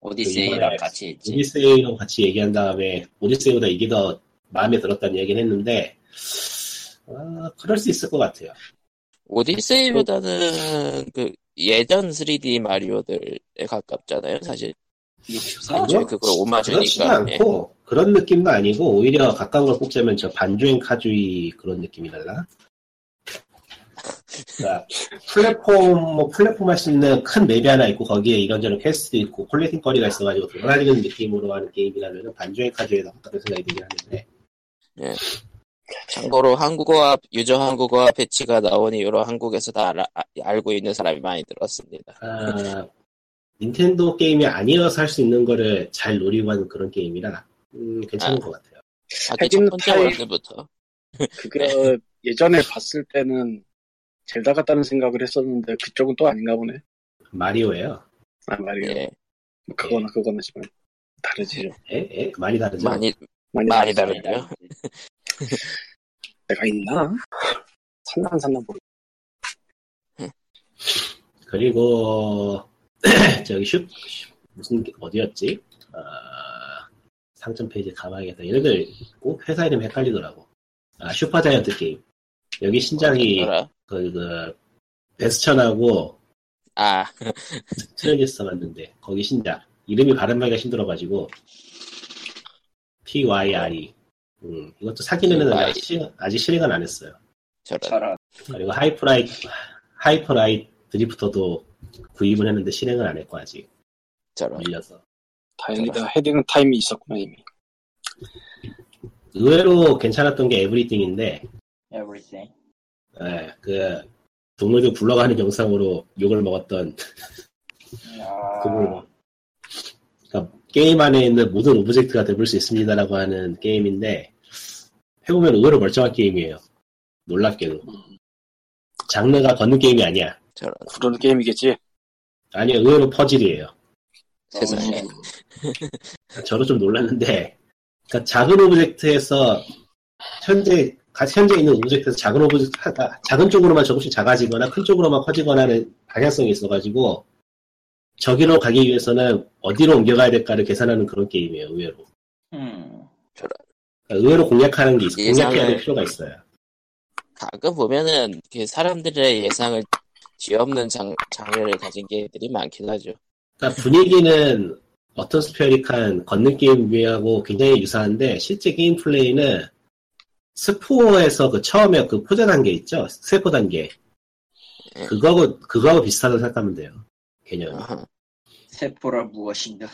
오디세이랑 같이 있지.
오디세이랑 같이 얘기한 다음에 오디세이보다 이게 더 마음에 들었다는 얘기를 했는데 아, 그럴 수 있을 것 같아요.
오디세이보다는 그 예전 3D 마리오들에 가깝잖아요, 사실.
육사?
완전
아니요.
그걸
그렇지도
오마주니까. 예.
않고 그런 느낌도 아니고 오히려 가까운 걸 꼽자면 저 반주행 카주이 그런 느낌이랄라. 그러니까 플랫폼 뭐 플랫폼 할 수 있는 큰 맵이 하나 있고 거기에 이런저런 퀘스트 있고 콜렉팅 거리가 있어가지고 돌아다니는 느낌으로 하는 게임이라면 반주행 카주에 가깝다는 생각이 들긴 하는데
참고로 한국어와 유저 한국어와 패치가 나오니 이런 한국에서 다 알아- 아- 알고 있는 사람이 많이 들었습니다.
아, 닌텐도 게임이 아니어서 할 수 있는 거를 잘 노리고 하는 그런 게임이라 음, 괜찮은
아.
것 같아요.
아기 첫
하긴
번째
타이-
월드부터.
그거 예전에 봤을 때는 젤다 같다는 생각을 했었는데 그쪽은 또 아닌가 보네.
마리오예요.
아 말이야.
예.
뭐 그거나 그거나지만 다르지요.
에? 에? 예, 많이 다르죠.
많이
많이
많이
다르지.
다른데요.
내가 있나? 산란산란 뭐. 모르.
그리고 저기 슈 무슨 게- 어디였지? 아, 상점 페이지 가봐야겠다. 얘네들 꼭 회사 이름 헷갈리더라고. 아 슈퍼자이언트 게임. 여기 신작이
뭐라?
그, 그 베스천하고
아
트레디스 맞는데 거기 신작 이름이 발음하기가 힘들어가지고 P Y R E. 음 이것도 사기는 애는
PYRE.
아직, 실- 아직 실행은 안 했어요.
저런.
저런.
그리고 하이프라이 하이프라이 드리프터도 구입은 했는데 실행은 안 했고 아직.
저런.
밀려서
다행이다. 헤딩 타임이 있었구나 이미.
그 의외로 괜찮았던 게 에브리띵인데
Everything.
예, 그 동물들 굴러가는 영상으로 욕을 먹었던
아,
그걸 그러니까 게임 안에 있는 모든 오브젝트가 되볼 수 있습니다라고 하는 게임인데 해보면 의외로 멀쩡한 게임이에요 놀랍게도
음,
장르가 걷는 게임이 아니야
저런.
그런 게임이겠지.
아니 의외로 퍼즐이에요
세상에.
저도 좀 놀랐는데 그러니까 작은 오브젝트에서 현재 가- 현재 있는 오브젝트에서 작은 오브젝트 하- 작은 쪽으로만 조금씩 작아지거나 큰 쪽으로만 커지거나 하는 방향성이 있어가지고 저기로 가기 위해서는 어디로 옮겨가야 될까를 계산하는 그런 게임이에요 의외로
음.
그러니까 의외로 공략하는 게 있- 공략해야 될
예상을-
필요가 있어요
가끔 보면은 그 사람들의 예상을 뒤엎는 장, 장르를 가진 게임들이 많긴 하죠.
그러니까 분위기는 어떤 스페어릭한 걷는 게임 위하고 굉장히 유사한데 실제 게임 플레이는 스포어에서 그 처음에 그 포자 단계 있죠 세포 단계 그거하고 그거하고 비슷하다고 생각하면 돼요 개념
아하.
세포란 무엇인가?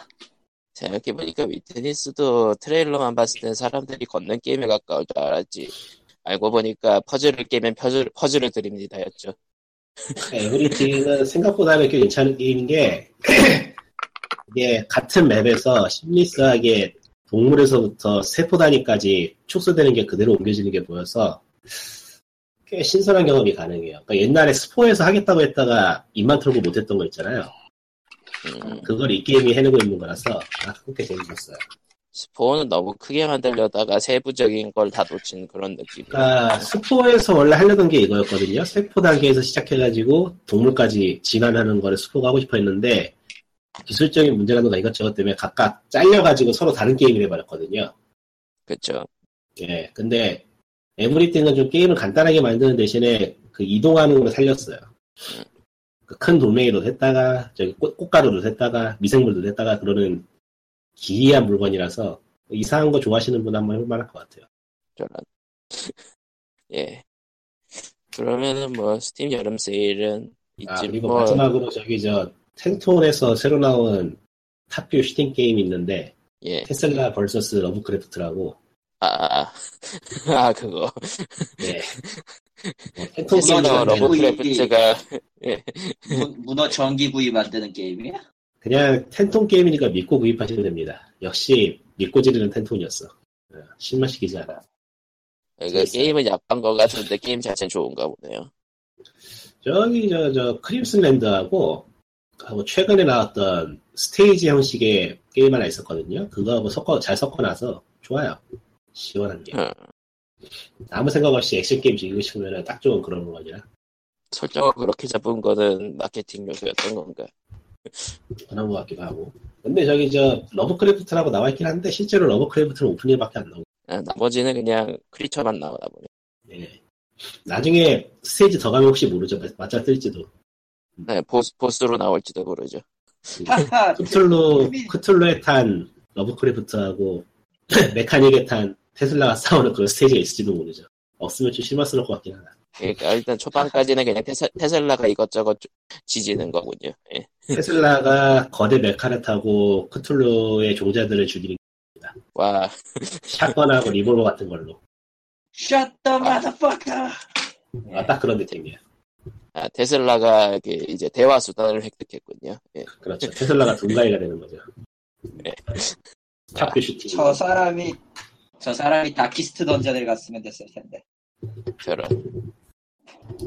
생각해보니까 위트니스도 트레일러만 봤을 땐 사람들이 걷는 게임에 가까울 줄 알았지. 알고 보니까 퍼즐을 깨면 퍼즐, 퍼즐을 드립니다였죠.
에브리띵은 네, 생각보다 꽤 괜찮은 게임인 게 이게 같은 맵에서 심리스하게 동물에서부터 세포 단위까지 축소되는 게 그대로 옮겨지는 게 보여서 꽤 신선한 경험이 가능해요. 그러니까 옛날에 스포에서 하겠다고 했다가 입만 털고 못했던 거 있잖아요.
음,
그걸 이 게임이 해내고 있는 거라서 아, 그렇게 재밌었어요.
스포는 너무 크게 만들려다가 세부적인 걸 다 놓친 그런 느낌.
그러니까 스포에서 원래 하려던 게 이거였거든요. 세포 단계에서 시작해가지고 동물까지 진화하는 거를 스포가 하고 싶어 했는데 기술적인 문제라든가 이것저것 때문에 각각 잘려가지고 서로 다른 게임이 돼버렸거든요.
그쵸.
예, 근데 에브리띵은 좀 게임을 간단하게 만드는 대신에 그 이동하는 걸 살렸어요. 그 큰 돌멩이로 했다가 저기 꽃, 꽃가루로 했다가 미생물로 했다가 그러는 기이한 물건이라서 이상한 거 좋아하시는 분 한번 해볼 만할 것 같아요.
저런. 예. 그러면은 뭐 스팀 여름 세일은
아,
이쯤
그리고
뭐
마지막으로 저기 저 텐톤에서 새로 나온 탑뷰 슈팅 게임이 있는데
예.
테슬라 vs 러브크래프트라고
아, 아, 아. 아, 그거.
네. 뭐 텐톤
테슬라
테슬라
뭐 게임이라는
러브-
러브크래프트가
무- 문어 전기구이 만드는 게임이야?
그냥 텐톤 게임이니까 믿고 구입하시면 됩니다. 역시 믿고 지르는 텐톤이었어. 어, 실망시키지 않아.
그러니까 게임은 약한 것 같은데 게임 자체는 좋은가 보네요.
저기 저 저 크림슨랜드하고 하고 최근에 나왔던 스테이지 형식의 게임 하나 있었거든요. 그거하고 섞어 잘 섞어놔서 좋아요. 시원한 게.
음.
아무 생각 없이 액션 게임 즐기고 싶으면 딱 좋은 그런 거냐.
설정을 그렇게 잡은 거는 마케팅 요소였던 건가?
그런 것 같기도 하고. 근데 저기 저 러브크래프트라고 나와 있긴 한데 실제로 러브크래프트는 오프닝밖에 안 나오고.
아, 나머지는 그냥 크리처만 나오나 보네.
예. 나중에 스테이지 더 가면 혹시 모르죠. 맞짱 뜰지도. 음.
네, 보스, 보스로 나올지도 모르죠.
하하.
크툴루 크툴루에 탄 러브크래프트하고 메카닉에 탄 테슬라가 싸우는 그런 스테이지가 있을지도 모르죠. 없으면 좀 실망스러울 것 같긴 하다.
그러니까 일단 초반까지는 그냥 테슬, 테슬라가 이것저것 좀 지지는 거군요. 예.
테슬라가 거대 메카를 타고 크툴루의 종자들을 죽이는
와,
샷건하고 리볼버 같은 걸로
Shut the motherfucker.
아, 딱 그런 느낌이야.
아, 테슬라가 그 이제 대화 수단을 획득했군요. 예.
그렇죠. 테슬라가 둔가이가 되는 거죠.
네.
학교 슈팅.
저 사람이 저 사람이 다키스트 던전을 갔으면 됐을 텐데.
저런.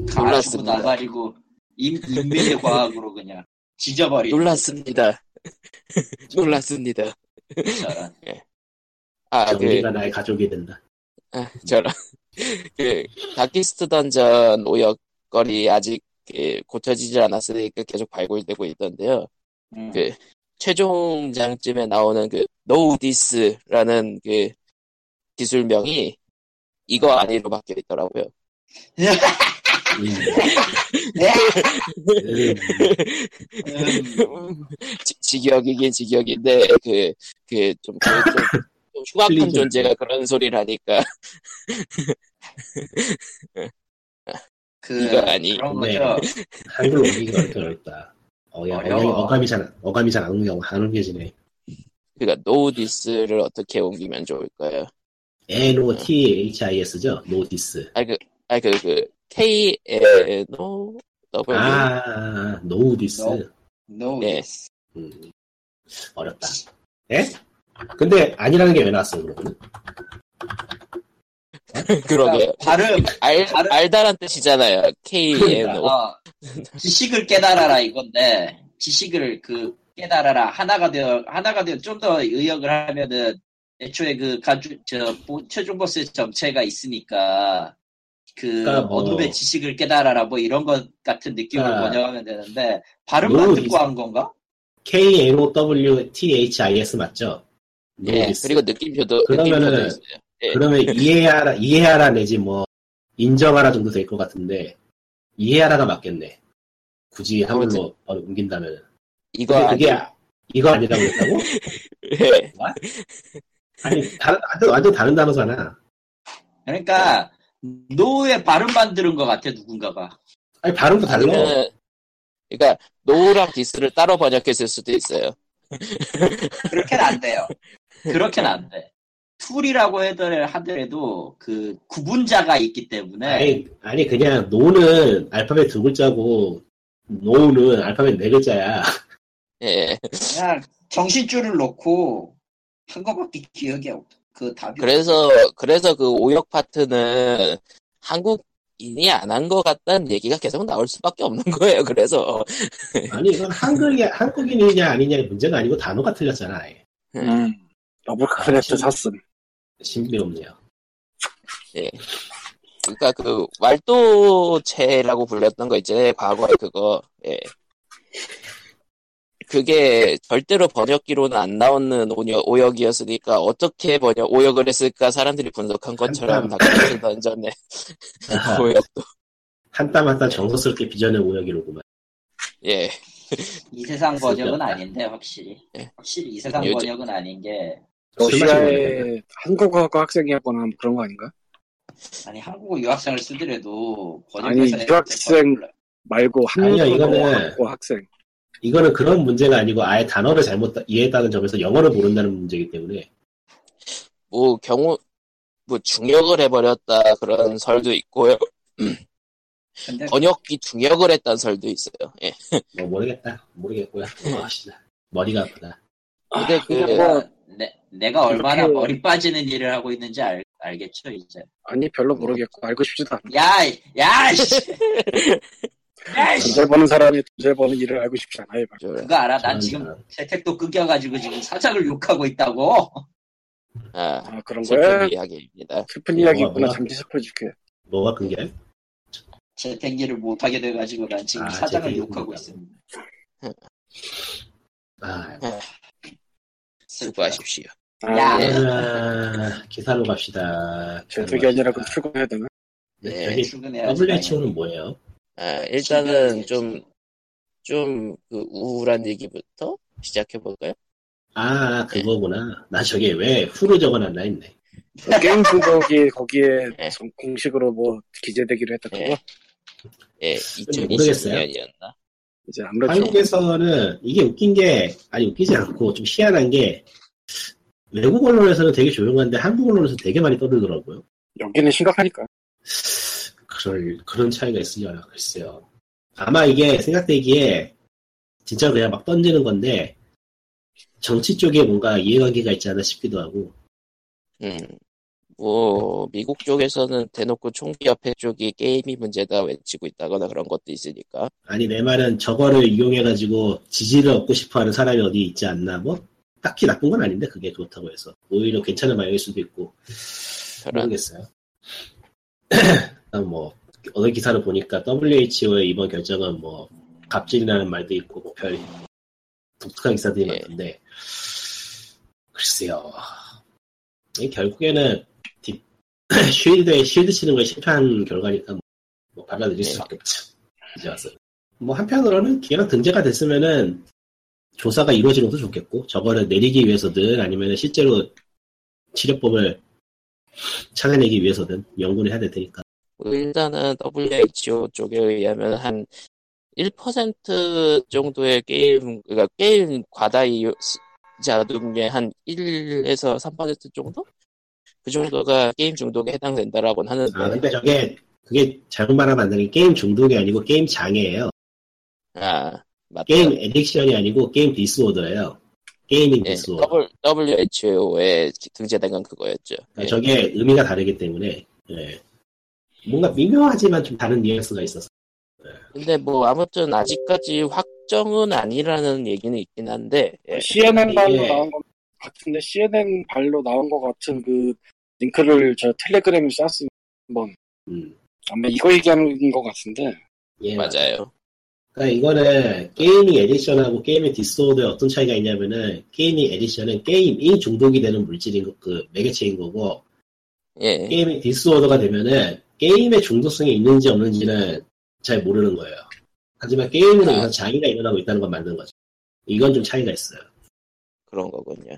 가라시고
놀랐습니다.
나발이고 인, 인민의 과학으로 그냥 지져버리고.
놀랐습니다. 놀랐습니다.
저런.
아, 그,
정리가 나의 가족이 된다.
아, 저런. 그, 다키스트 던전 오역거리 아직 그 고쳐지지 않았으니까 계속 발굴되고 있던데요.
음.
그- 최종장쯤에 나오는 그 노디스라는 그 기술명이 이거 아니로 바뀌어 있더라고요.
음.
네. 음.
지- 직역이긴 직역인데 그 그좀 좀 흉악한
틀리죠.
존재가 그런 소리를 하니까
그
이거 아니.
그런
네.
거죠.
한글로 옮기기가 어렵게 어렵다. 어, 야,
어려워.
어감이, 어감이 잘, 안- 어감이 잘 안 옮겨지네.
그러니까 노디스를 어떻게 옮기면 좋을까요?
N-O-T-H-I-S죠? 노디스.
아 그 그 K N O W
아, 아, 노디스.
No. No.
예.
yes.
음, 어렵다. 에? 근데 아니라는 게 왜 나왔어, 그러면?
그러게 요
그러니까 발음
알
다른-
알다란 뜻이잖아요. K N
그러니까. 아,
O
어, 지식을 깨달아라 이건데 지식을 그 깨달아라 하나가 되어 하나가 되어 좀 더 의역을 하면은 애초에 그 가주 저 보- 최종 보스 정체가 있으니까 그
그러니까 뭐-
어둠의 지식을 깨달아라 뭐 이런 것 같은 느낌을
아.
그러니까
번역하면 되는데 발음만
노
듣고 한 건가?
K-N-O-W-T-H-I-S 맞죠?
예
노디스.
그리고 느낌표도 느낌표도
그러면은-
있어요. 예.
그러면 이해하라, 이해하라 내지 뭐, 인정하라 정도 될 것 같은데, 이해하라가 맞겠네. 굳이 한글로 어, 옮긴다면.
이거
근데 그게,
아니
아- 이거 아니라고 했다고?
예.
아니, 다른, 완전, 완전 다른 단어잖아.
그러니까 노의 발음만 들은 것 같아 누군가가
아니, 발음도 달라.
아니면은 그러니까 노랑 디스를 따로 번역했을 수도 있어요.
그렇게는 안 돼요. 그렇게는 안 돼. 툴이라고 하더라- 하더라도 그 구분자가 있기 때문에
아니, 아니, 그냥, 노는 알파벳 두 글자고, 노는 알파벳 네 글자야.
예.
그냥 정신줄을 놓고 한 것밖에 기억이 없. 그 답이
그래서 그래서 그 오역 파트는 한국인이 안 한 것 같다는 얘기가 계속 나올 수밖에 없는 거예요. 그래서
아니, 이건 한글이, 한국인이냐 아니냐의 문제가 아니고 단어가 틀렸잖아, 아예.
음. 러브크래프트 샀음.
신비롭네요.
그러니까 그 왈도체라고 불렸던 거 있잖아요. 과거에 그거. 예. 그게 절대로 번역기로는 안 나오는 오역, 오역이었으니까 어떻게 번역 오역을 했을까 사람들이 분석한 것처럼
한참.
다크스 던전의 오역도
한 땀 한 땀 정성스럽게 빚어낸 오역이로구만.
예
이 세상 번역은
없다.
아닌데 확실히
예.
확실히 이 세상
요즘-
번역은 아닌 게
러시아의 한국어학과 학생이었거나 뭐 그런 거 아닌가?
아니 한국어 유학생을 쓰더라도
아니,
번역해서
유학생- 말고
아니야, 이거는-
한국어학과 학생.
이거는 그런 문제가 아니고 아예 단어를 잘못 이해했다는 점에서 영어를 모른다는 문제이기 때문에
뭐 경우 뭐 중역을 해버렸다 그런 설도 있고요
근데
번역기 중역을 했다는 설도 있어요 예
뭐 모르겠다 모르겠고요 아, 씨, 머리가 아프다
근데
그냥
그
뭐-
내가, 내, 내가 얼마나
이렇게-
머리 빠지는 일을 하고 있는지 알, 알겠죠 이제
아니, 별로 모르겠고, 알고 싶지도 않아.
야, 이- 야, 씨. 야, 씨.
돈잘 버는 사람이 돈잘 버는 일을 알고 싶지 않아요. 막.
저-
그거 알아? 난 지금
저는
재택도 끊겨가지고 지금 사장을 욕하고 있다고.
아,
아, 그런
슬픈
거야?
이야기입니다
슬픈 이야기
뭐야,
있구나.
뭐야.
잠시 스포해줄게.
뭐가 끊겨요?
재택일을 못하게 돼가지고 난 지금
아,
사장을
재택일
욕하고
못하고.
있습니다.
아,
슬프다.
수고하십시오.
아,
야.
아, 기사로 갑시다.
저게 아니라 그럼 출근해야 되나?
네.
저기
출근해야지.
WHO는 뭐예요?
아, 일단은 좀, 좀그 우울한 얘기부터 시작해볼까요?
아, 그거구나. 나 저게 왜 후로 적어놨나 했네.
뭐, 게임 분석이 거기에
예.
네.
정- 공식으로 뭐 기재되기로 했다 그거
네. 예,
모르겠어요.
2020년이었나?
이제
그렇죠.
아무래도
한국에서는 이게 웃긴 게, 아니 웃기지 않고 좀 희한한 게, 외국 언론에서는 되게 조용한데 한국 언론에서 되게 많이 떠들더라고요.
여기는 심각하니까
그럴, 그런 차이가 있으려나, 글쎄요. 아마 이게 생각되기에 진짜 그냥 막 던지는 건데, 정치 쪽에 뭔가 이해관계가 있지 않아 싶기도 하고,
음, 뭐, 미국 쪽에서는 대놓고 총기협회 쪽이 게임이 문제다 외치고 있다거나 그런 것도 있으니까.
아니, 내 말은 저거를 이용해가지고 지지를 얻고 싶어 하는 사람이 어디 있지 않나, 뭐? 딱히 나쁜 건 아닌데, 그게 그렇다고 해서. 오히려 괜찮은 방향일 수도 있고,
저런,
모르겠어요. 아, 뭐 어느 기사를 보니까 WHO의 이번 결정은 뭐 갑질이라는 말도 있고 뭐별 독특한 기사들이
예.
많던데 글쎄요. 이 결국에는 딥- 쉴드에 쉴드 치는 걸 실패한 결과니까 뭐, 뭐 받아들일
예.
수밖에 없죠. 이제 와서 뭐 한편으로는 기왕 등재가 됐으면은 조사가 이루어지는 것도 좋겠고 저거를 내리기 위해서든 아니면 실제로 치료법을 찾아내기 위해서든 연구를 해야 될 테니까.
뭐 일단은 WHO 쪽에 의하면 한 1% 정도의 게임, 그러니까 게임 과다이자 중에 한 1에서 3% 정도? 그 정도가 게임 중독에 해당된다라고는 하는데,
아, 근데 저게, 그게 잘못 말하면 안 되는 게 게임 중독이 아니고 게임 장애예요.
아, 맞다.
게임 에딕션이 아니고 게임 디스오더예요. 게이밍
예,
디스오더.
W- WHO에 등재된 건 그거였죠. 예.
그러니까 저게 의미가 다르기 때문에, 예. 뭔가 미묘하지만 좀 다른 뉘앙스가 있어서.
근데 뭐 아무튼 아직까지 확정은 아니라는 얘기는 있긴 한데 예,
CNN 발로
예.
나온 것 같은데 CNN 발로 나온 것 같은 그 링크를 저 텔레그램에 쌌으면 한번
음.
아마 이거 얘기하는 것 같은데
예,
맞아요.
그러니까 이거는 게이밍 에디션하고 게이밍 디스오더에 어떤 차이가 있냐면은, 게이밍 에디션은 게임이 중독이 되는 물질인 거, 그, 매개체인 거고,
예,
게임이 디스오더가 되면은 게임의 중독성이 있는지 없는지는 잘 모르는 거예요. 하지만 게임으로
아.
인해서 장애가 일어나고 있다는 건 맞는 거죠. 이건 좀 차이가 있어요.
그런 거군요.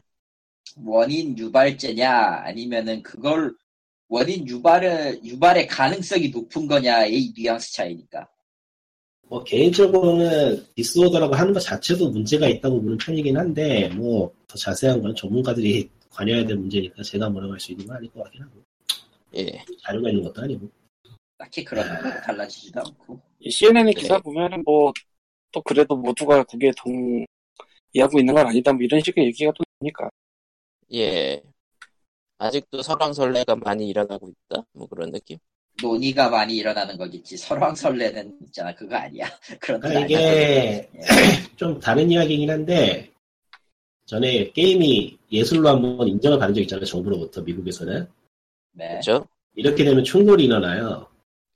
원인 유발제냐 아니면은 그걸 원인 유발을 유발의 가능성이 높은 거냐의 이 뉘앙스 차이니까.
뭐 개인적으로는 디스오더라고 하는 것 자체도 문제가 있다고 보는 편이긴 한데 뭐 더 자세한 건 전문가들이 관여해야 될 문제니까 제가 뭐라고 할 수 있는 건 아닐 것 같긴 하고
예,
자료가 있는 것도 아니고
딱히 그런
아.
거 달라지지도 않고.
CNN의
네.
기사 보면은 뭐 또 그래도 모두가 거기에 동의하고 있는 건 아니다 뭐 이런 식의 얘기가 또 있으니까
예. 아직도 설왕설래가 많이 일어나고 있다. 뭐 그런 느낌.
논의가 많이 일어나는 거겠지. 설왕설래는 있잖아. 그거 아니야. 그런 건
아,
아니야. 예.
이게 좀 다른 이야기긴 한데 전에 게임이 예술로 한번 인정을 받은 적 있잖아요 정부로부터 미국에서는
네.
그렇죠?
이렇게 되면 충돌이 일어나요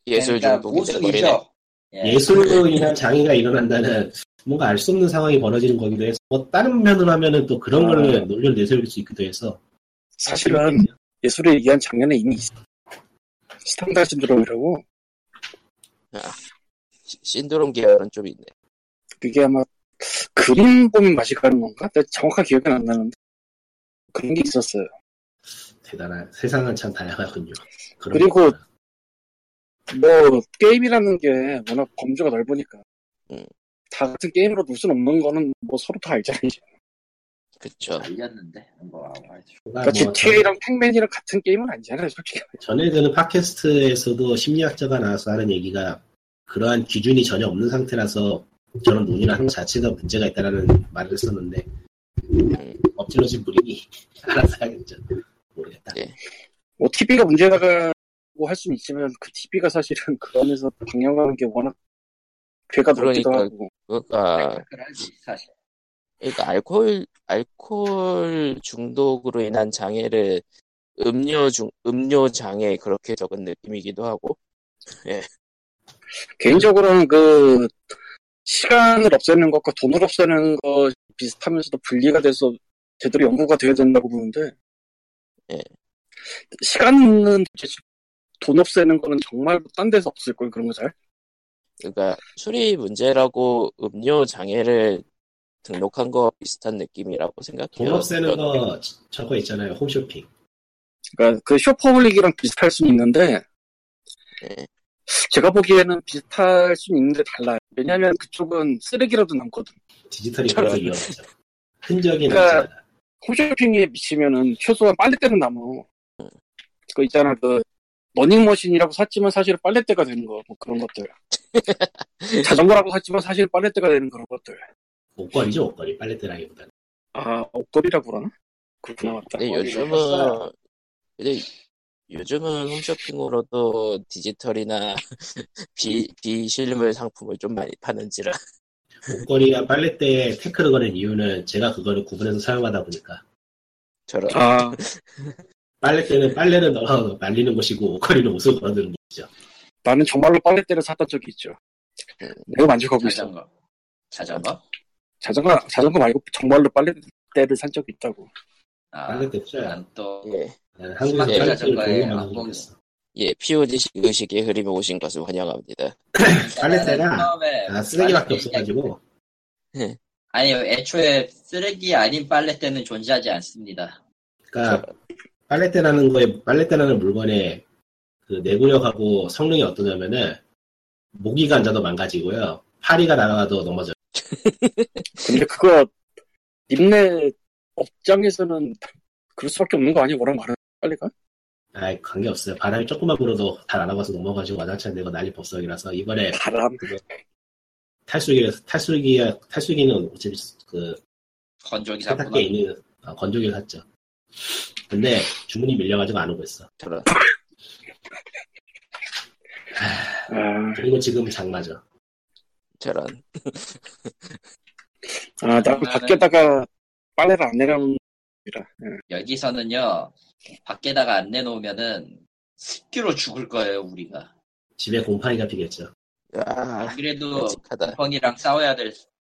예술
그러니까
중독이 돼버리네.
모순이죠. 예.
예술로 인한 장애가 일어난다는 뭔가 알 수 없는 상황이 벌어지는 거기도 해서 뭐 다른 면으로 하면은 또 그런
아.
거를 논리를 내세울 수 있기도 해서
사실은 예술에 의한 장면에 이미 있어 스탄다 신드롬이라고
시- 신드롬 계열은 좀 있네.
그게 아마 그림 보면 맛이 가는 건가? 내가 정확한 기억은 안 나는데 그런 게 있었어요
대단한 세상은 참 다양하군요. 그런
그리고
거구나.
뭐 게임이라는 게 워낙 범주가 넓으니까
음.
다 같은 게임으로 놀 수는 없는 거는 뭐 서로 다 알잖아 이제
그쵸.
알렸는데 뭐 아무래도.
뭔가
그러니까
뭐
GTA랑 팩맨이랑 같은 게임은 아니잖아요 솔직히
전에 드는 팟캐스트에서도 심리학자가 나와서 하는 얘기가 그러한 기준이 전혀 없는 상태라서 저런 논의를 하는 것 자체가 문제가 있다라는 말을 썼는데
네.
음,
엎질러진 분이 알아서 하겠죠. 모르겠다.
예.
뭐 TV가 문제다라고 할 수는 있지만 그 TV가 사실은 그 안에서 방영하는 게 워낙 괴가 넓기도
그러니까.
하고
그러니까
그러지 사실.
그러니까 알코올 알코올 중독으로 인한 장애를 음료 중 음료 장애 그렇게 적은 느낌이기도 하고
개인적으로는 그 시간을 없애는 것과 돈을 없애는 것 비슷하면서도 분리가 돼서 제대로 연구가 돼야 된다고 보는데
예.
시간은 도대체 돈 없애는 거는 정말 딴 데서 없을 걸 그런 거 잘.
그러니까 수리 문제라고 음료 장애를 등록한 거 비슷한 느낌이라고 생각해요.
돈 없애는
예.
거 저거 있잖아요. 홈쇼핑.
그러니까 그 쇼퍼블릭이랑 비슷할 수는 있는데
네.
제가 보기에는 비슷할 수는 있는데 달라요. 왜냐하면 그쪽은 쓰레기라도 남거든.
디지털이
저런.
그래서 위험하죠. 흔적이
그러니까-
남지 않아.
홈쇼핑에 미치면은 최소한 빨래대는 남어.
음.
그거 있잖아 그 러닝머신이라고 샀지만 사실 은 빨래대가 되는 거 뭐 그런 것들. 자전거라고 샀지만 사실 빨래대가 되는 그런 것들.
옷걸이죠, 옷걸이. 빨래대라기보다는.
아 옷걸이라고 그러나? 그렇구나 맞다. 어,
근데
거기를
네, 요즘은
했어요.
근데 요즘은 홈쇼핑으로도 디지털이나 비 비실물 상품을 좀 많이 파는지라
옷걸이가 빨래대에 태클을 거는 이유는 제가 그거를 구분해서 사용하다 보니까.
저런
아
빨래대는 빨래는 널어 말리는 곳이고 옷걸이는 옷을 걸어두는 곳이죠.
나는 정말로 빨래대를 샀던 적이 있죠.
음.
매우 만족하고 있어.
자전거. 자전거?
자전거 자전거 말고 정말로 빨래대를 산 적이 있다고.
아,
빨래대 써요.
난또
예,
나는 네, 한국에서
스마트
빨래대를
자전거에
보는
안 보면.
만하고 있어.
예, POG 의식의 흐름에 오신 것을 환영합니다.
빨래대가
처음에
아, 쓰레기밖에
빨래대-
없어가지고
아니요, 애초에 쓰레기 아닌 빨래대는 존재하지 않습니다.
그러니까 빨래대라는 거에 빨래대라는 물건의 그 내구력하고 성능이 어떠냐면은 모기가 앉아도 망가지고요 파리가 날아가도 넘어져 요
근데 그거 님네 업장에서는 그럴 수밖에 없는 거 아니야? 뭐라 말은 빨리가?
아 관계 없어요 바람이 조금만 불어도 다 날아가서 넘어가지고 와장창 내고 난리 법석이라서 이번에
바람.
탈수기에서 탈수기 탈수기는 어차피 그
건조기
세탁기에
사건.
있는 아, 건조기를 샀죠 근데 주문이 밀려가지고 안 오고 있어
저런
아,
그리고 지금 장마죠
저런
아 나도 밖에다가 빨래를 안 내려놓는라.
여기서는요, 밖에다가 안 내놓으면은 습기로 죽을 거예요, 우리가.
집에 곰팡이가 피겠죠
아
그래도
끔찍하다.
펑이랑 싸워야 될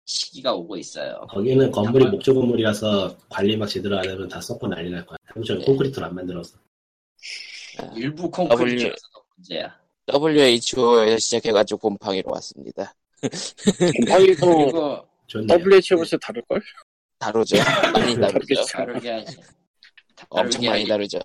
시기가 오고 있어요.
거기는 건물이
뭐-
장마.
목조 건물이라서 관리 막 제대로 안 하면 다 썩고 난리 날 거야 한국처럼
예.
콘크리트로 안 만들어서
일부
W.
콘크리트에서도 문제야.
WHO에서 시작해가지고 곰팡이로 왔습니다.
곰팡이도
그리고
좋네요.
WHO에서 다를걸? 아,
다루죠. 많이 다루죠.
다르겠죠.
다르게 하지.
엄청 많이 다르죠.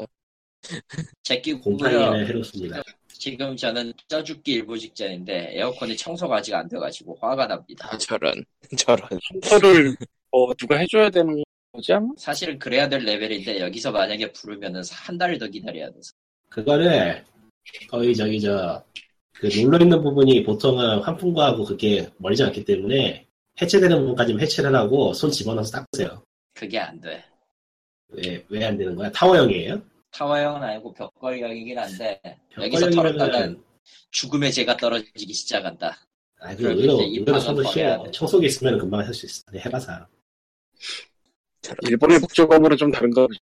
제끼고요.
곰팡이는 해롭습니다.
지금 저는 쪄죽기 일보 직전인데 에어컨이 청소가 아직 안 돼가지고 화가 납니다.
아, 저런 저런
청소를 뭐 누가 해줘야 되는 거지 아마?
사실은 그래야 될 레벨인데 여기서 만약에 부르면은 한 달을 더 기다려야 돼서
그거를 거의 저기 저그 눌러 있는 부분이 보통은 환풍구하고 그게 멀지 않기 때문에 해체되는 부분까지는 해체를 하고 손 집어넣어서 닦으세요.
그게 안 돼.
왜 왜 안 되는 거야? 타워형이에요?
타워형은 아니고 벽걸이형이긴 한데 여기서 털었다간
벽걸이면은
죽음의 죄가 떨어지기 시작한다.
아 그거
그럴 때
의외로
이
의외로
방은
청소
버려야
쉬워.
돼.
청소기 있으면 금방 할 수 있어. 근데 해봐서
일본의 목적어물은 좀 다른가 보지.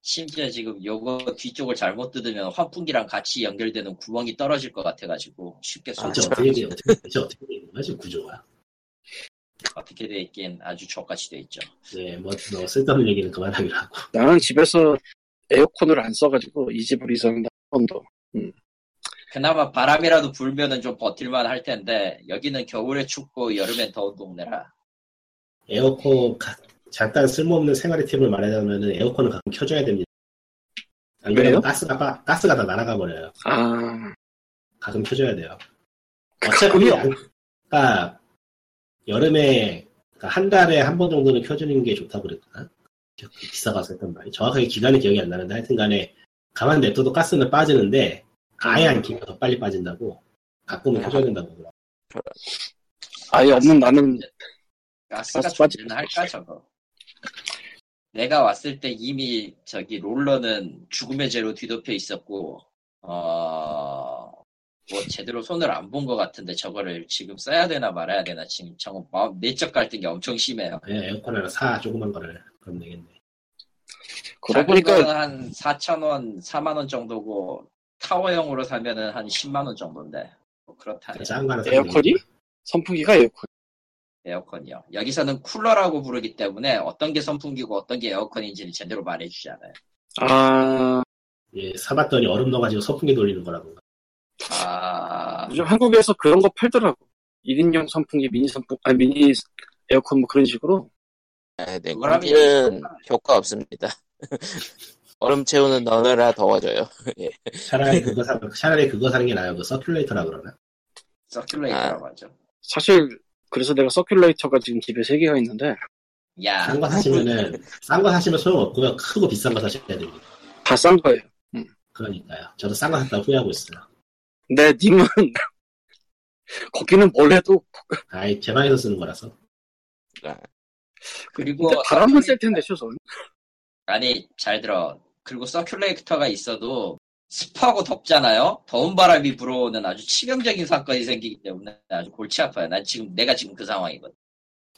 심지어 지금 요거 뒤쪽을 잘못 뜯으면 환풍기랑 같이 연결되는 구멍이 떨어질 것 같아가지고 쉽게
아,
진짜
쏘지
어떻게 돼? 어떻게 진짜 어떻게 돼 있는 거야 지금 구조가?
어떻게 돼 있긴 아주 족같이 돼 있죠.
네뭐 뭐 쓸데없는 얘기는 그만하기로 하고
나는 집에서 에어컨을 안 써가지고 이 집을 이사한다 한 번도.
그나마 바람이라도 불면은 좀 버틸만 할 텐데 여기는 겨울에 춥고 여름엔 더운 동네라
에어컨 가- 잠깐 쓸모없는 생활의 팁을 말하자면은 에어컨을 가끔 켜줘야 됩니다. 안
왜요?
그러면 가스가 빠- 가스가 다 날아가 버려요.
아
가끔 켜줘야 돼요.
그거요?
안- 그러니까 여름에 그러니까 한 달에 한 번 정도는 켜주는 게 좋다고 그랬나? 기사가서 했던 말이 정확하게 기간이 기억이 안 나는데 하여튼간에 가만 냅둬도 가스는 빠지는데 아예 안 켜면 더 빨리 빠진다고
아.
가끔은 켜줘야 된다고 그러더라고요.
아예 없는 나는
가스가
가스 빠지-
존재는 할까 저거 내가 왔을 때 이미 저기 롤러는 죽음의 죄로 뒤덮여 있었고 어뭐 제대로 손을 안 본 것 같은데 저거를 지금 써야 되나 말아야 되나 지금 정말 마음 내적 갈등이 엄청 심해요
그냥 예, 에어컨 하나 사 조그만 거를 그럼 되겠네.
그러고
작은
보니까
거는 한 4천 원, 4만 원 정도고 타워형으로 사면은 한 10만 원 정도인데 뭐 그렇다.
작은 거 하나
에어컨이? 선풍기가 에어컨.
에어컨이요. 여기서는 쿨러라고 부르기 때문에 어떤 게 선풍기고 어떤 게 에어컨인지는 제대로 말해주지 않아요.
아,
예, 사봤더니 얼음 넣어가지고 선풍기 돌리는 거라던가.
아,
요즘 한국에서 그런 거 팔더라고. 1인용 선풍기, 미니 선풍, 아, 미니 에어컨 뭐 그런 식으로.
아, 네,
그거라면
공기는 효과 없습니다. 얼음 채우는 너느라 더워져요.
차라리 그거 사, 차라리 그거 사는 게 나아요. 그 서큘레이터라 그러나?
서큘레이터라고
아.
하죠.
사실, 그래서 내가 서큘레이터가 지금 집에 3개가 있는데,
야,
싼 거 사시면은, 싼 거 사시면 소용없고요. 크고 비싼 거 사셔야 됩니다.
다 싼 거예요.
그러니까요. 저도 싼 거 샀다 후회하고 있어요.
근데 님은, 거기는 뭘 해도,
아이, 제 방에서 쓰는 거라서.
그리고
근데 바람은 쐴 텐데, 최소한.
아니 잘 들어. 그리고 서큘레이터가 있어도 습하고 덥잖아요. 더운 바람이 불어오는 아주 치명적인 사건이 생기기 때문에 아주 골치 아파요. 난 지금 내가 지금 그 상황이거든.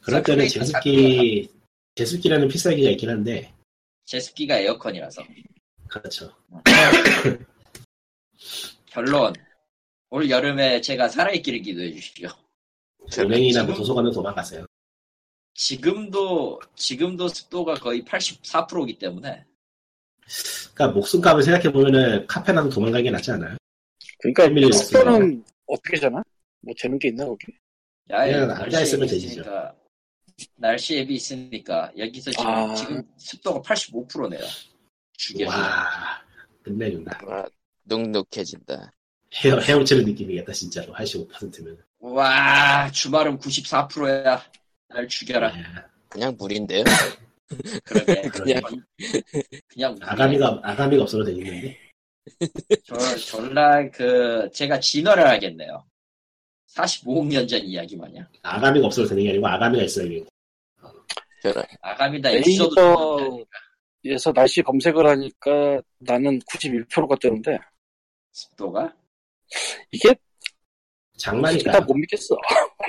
그럴 때는
서큘레이터
제습기, 제습기라는 필살기가 있긴 한데,
제습기가 에어컨이라서.
그렇죠.
결론. 올 여름에 제가 살아있기를 기도해 주십시오.
은행이나 뭐
지금-
도서관은 도망가세요.
지금도 지금도 습도가 거의 84%이기 때문에
그러니까 목숨값을 생각해보면은 카페랑 도망가는 게 낫지 않아요?
그러니까,
의미는
이
없어요.
스포는 어떻게 잖아? 뭐 재밌게 있나, 거기?
야에
그냥
날씨
네, 앉아 있으면
앱이
되시죠.
있으니까, 날씨 앱이 있으니까 여기서 지금,
아.
지금 습도가 85%네요. 죽여.
와, 끝내준다.
아, 눅눅해진다.
헤어, 헤엄치는 느낌이겠다, 진짜로. 85%면.
와 주말은 94%야. 날 죽여라.
예.
그냥 물인데요.
그러게.
그냥-
그냥
아가미가, 아가미가 없어도 되겠는데?
저- 전날 그 제가 진화를 하겠네요. 45억 년 전 이야기 마냥.
아가미가 없어도 되는 게 아니고 아가미가 있어야 되고.
저런.
아가미다 에피소드 중에
네이버에서 날씨 검색을 하니까 나는 91%가 뜨는데,
습도가
이게
장마니까.
딱 못 믿겠어.
아,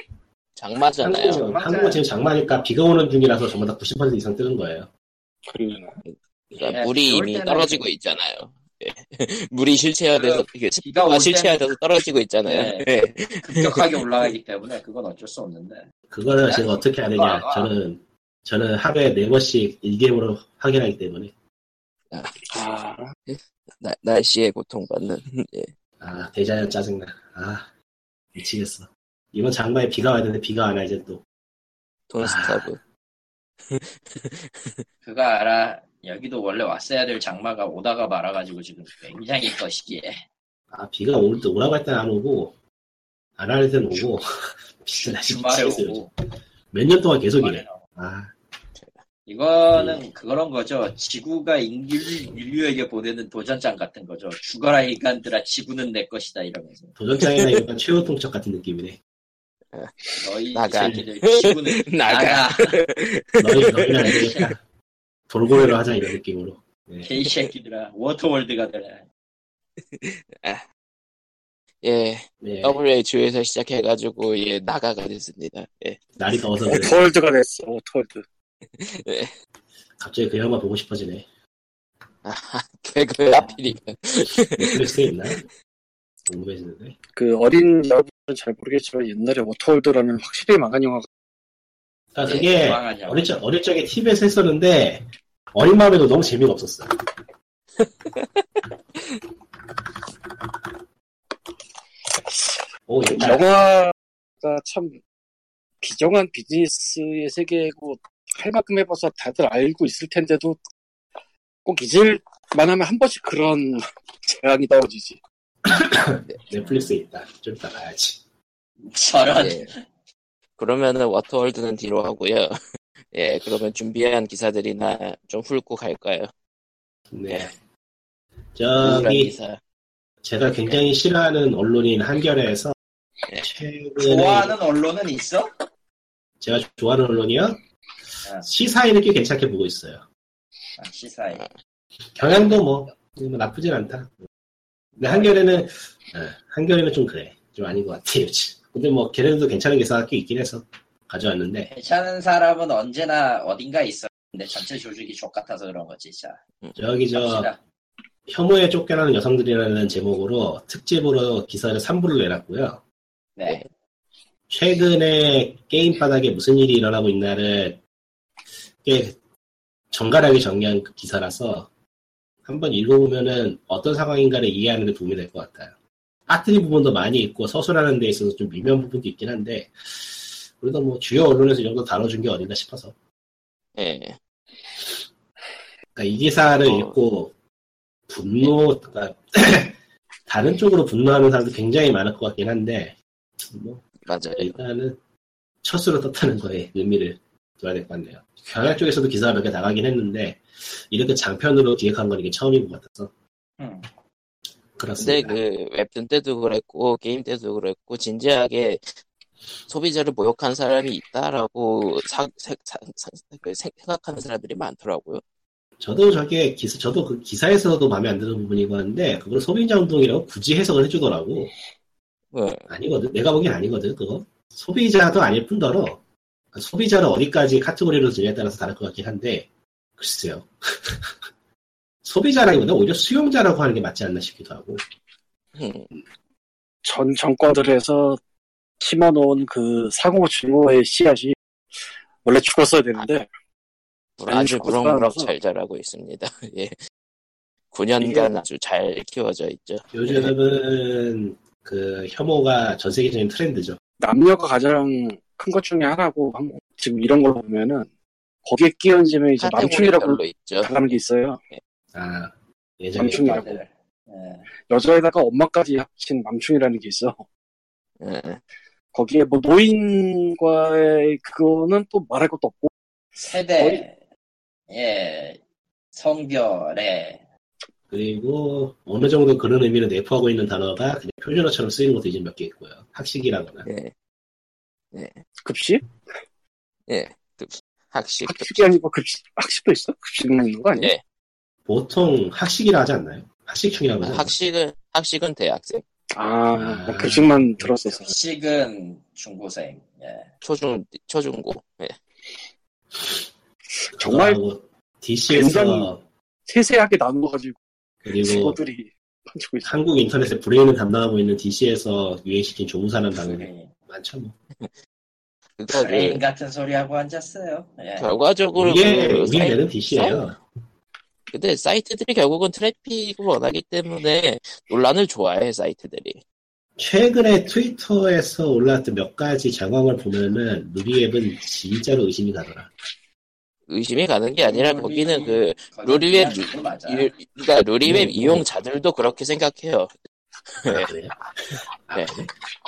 장마잖아요.
한국은, 한국은 지금 장마니까 비가 오는 중이라서 전부 다 90% 이상 뜨는 거예요.
그러나.
그러니까
예,
물이
비올
이미
때는
떨어지고
그래요.
있잖아요. 예. 물이 실체화돼서 이게
비가 올
그 습도가 아, 실체화돼서 떨어지고 있잖아요.
네.
예.
급격하게 올라가기 때문에 그건 어쩔 수 없는데.
그거를 제가 어떻게 하느냐.
아, 아.
저는, 저는 하루에 4번씩 1개월로 확인하기 때문에.
아,
나- 날씨에 고통받는. 예.
아, 대자연 짜증나. 아, 미치겠어. 이번 장마에 비가 와야 되는데 비가 안 와, 이제 또.
돈 스타브.
그거 알아. 여기도 원래 왔어야 될 장마가 오다가 말아가지고 지금 굉장히 거시기에
아, 비가 올 때 오라고 할 땐 안 오고, 안 할 땐 오고, 비가 날씨
주말에
미치겠어요.
오고
몇년 동안 계속
주말에
이래.
나오고.
아,
이거는 그런 거죠. 지구가 인류, 인류에게 보내는 도전장 같은 거죠. 죽어라 인간들아 지구는 내 것이다 이러면서
도전장이나 약간 최후 통첩 같은 느낌이네.
너희 이
나가.
새끼들 지구는
아, 나가.
너희, 너희는 안 되겠다. 돌고래로 하자, 이런 느낌으로. 네.
개이 새끼들아 워터월드가 되라.
예.
아,
네.
뭐
WHO에서 시작해가지고 예 나가가 됐습니다. 예.
날이 더워서 그래.
오토월드가 네, 됐어, 오토월드.
갑자기 그 영화 보고 싶어지네.
개그 하필이면
넷플릭스에 있나? 궁금해지는데.
그 어린 여러분은 잘 모르겠지만 옛날에 오토월드라는 확실히 망한 영화가
네,
그러니까 그게
망하냐.
어릴 적 어릴 적에 TV에서 했었는데 어린 마음에도 너무 재미가 없었어. 오, 옛날
영화가 참 비정한 비즈니스의 세계고 할 만큼 해봐서 다들 알고 있을 텐데도 꼭 잊을 만하면 한 번씩 그런 재앙이 떨어지지.
넷플릭스에 있다. 좀 이따 가야지.
저런
예. 그러면은 워터월드는 뒤로 하고요. 예, 그러면 준비한 기사들이나 좀 훑고 갈까요?
네.
우울한
저기
기사.
제가
네.
굉장히 싫어하는 언론인 한겨레에서
네.
최근에
좋아하는 언론은 있어?
제가 좋아하는 언론이요
아.
시사인을 꽤 괜찮게 보고 있어요.
아, 시사에
경향도 뭐, 뭐 나쁘진 않다. 근데 한겨레는 어, 한겨레는 좀 그래. 좀 아닌 것 같아요. 요즘. 근데 뭐 걔네들도 괜찮은 기사가 꽤 있긴 해서 가져왔는데
괜찮은 사람은 언제나 어딘가 있어. 근데 전체 조직이 족 같아서 그런 거지 진짜.
저기 저
갑시다.
혐오에 쫓겨나는 여성들이라는 제목으로 특집으로 기사를 3부를 내놨고요.
네.
최근에 게임 바닥에 무슨 일이 일어나고 있나를 꽤 정갈하게 정리한 그 기사라서 한번 읽어보면은 어떤 상황인가를 이해하는 데 도움이 될 것 같아요. 빠뜨리 부분도 많이 있고 서술하는 데 있어서 좀 미묘한 부분도 있긴 한데 그래도 뭐 주요 언론에서 이 정도 다뤄준 게 어딘가 싶어서
예.
그러니까 이 기사를
어.
읽고 분노 그러니까 다른 쪽으로 분노하는 사람도 굉장히 많을 것 같긴 한데 뭐
맞아요.
일단은 첫수로 떴다는 거에 의미를 둬야 될 것 같네요. 경향 쪽에서도 기사가 몇 개 나가긴 했는데 이렇게 장편으로 기획한 건 이게 처음인 것 같아서
음.
근데
그렇습니다.
그 웹툰 때도 그랬고 게임 때도 그랬고 진지하게 소비자를 모욕한 사람이 있다라고 사, 세- 사- 사- 그 생- 생각하는 사람들이 많더라고요.
저도 저게 기사 저도 그 기사에서도 마음에 안 드는 부분이고 한데 그걸 소비자 운동이라고 굳이 해석을 해주더라고
예.
아니거든 내가 보기엔 아니거든 그거 소비자도 아닐 뿐더러 그러니까 소비자를 어디까지 카테고리로 두냐에 따라서 다를 것 같긴 한데 글쎄요 소비자라기보다 오히려 수용자라고 하는 게 맞지 않나 싶기도 하고
음,
전 정권들에서 심어놓은 그 사고 증오의 씨앗이 원래 죽었어야 되는데
아주
아니,
무럭무럭
그래서-
잘 자라고 있습니다. 예. 9년간 아주 잘 키워져 있죠.
요즘은 그 혐오가 전 세계적인 트렌드죠.
남녀가 가장 큰 것 중에 하나고 한- 지금 이런 걸 보면은 거기에 끼얹으면 이제
카테고리별로
맘충이라고
있죠.
당하는 게 있어요.
아 예전에
맘충이라고
네.
여자에다가 엄마까지 합친 맘충이라는 게 있어.
예.
거기에 뭐 노인과의 그거는 또 말할 것도 없고
세대, 예, 성별에,
그리고 어느 정도 그런 의미를 내포하고 있는 단어가 그냥 표준어처럼 쓰이는 것도 이제 몇 개 있고요. 학식이라거나
예.
급식?
학식.
학식이 아니고 급식 학식도 있어? 급식 먹는 거 아니야?
예.
보통 학식이라 하지 않나요? 학식충이라고 하죠.
학식은 학식은 대학생,
아,
아.
나 급식만 들었었어.
식은 중고생, 예.
초중 초중고. 예.
아.
정말
DC에서
굉장히- 세세하게 나눠가지고
그리고
친구들이 판치고 있어.
한국 인터넷의 브레인을 담당하고 있는 DC에서 유행시킨 조무사라는 단어
브레인,
많죠. 뭐.
그러니까
네.
브레인
그
같은 소리 하고 앉았어요. 예.
결과적으로
이게
그
우리
사이-
내는 DC예요.
근데 사이트들이 결국은 트래픽을 원하기 때문에 논란을 좋아해 사이트들이.
최근에 트위터에서 올라왔던 몇 가지 정황을 보면은 누리 앱은 진짜로 의심이 가더라.
의심이 가는 게 아니라 거기는 그
거기는
루리웹
그냥 그거 맞아.
유- 그러니까 루리웹
음.
이용자들도 그렇게 생각해요.
아, 그래요?
네.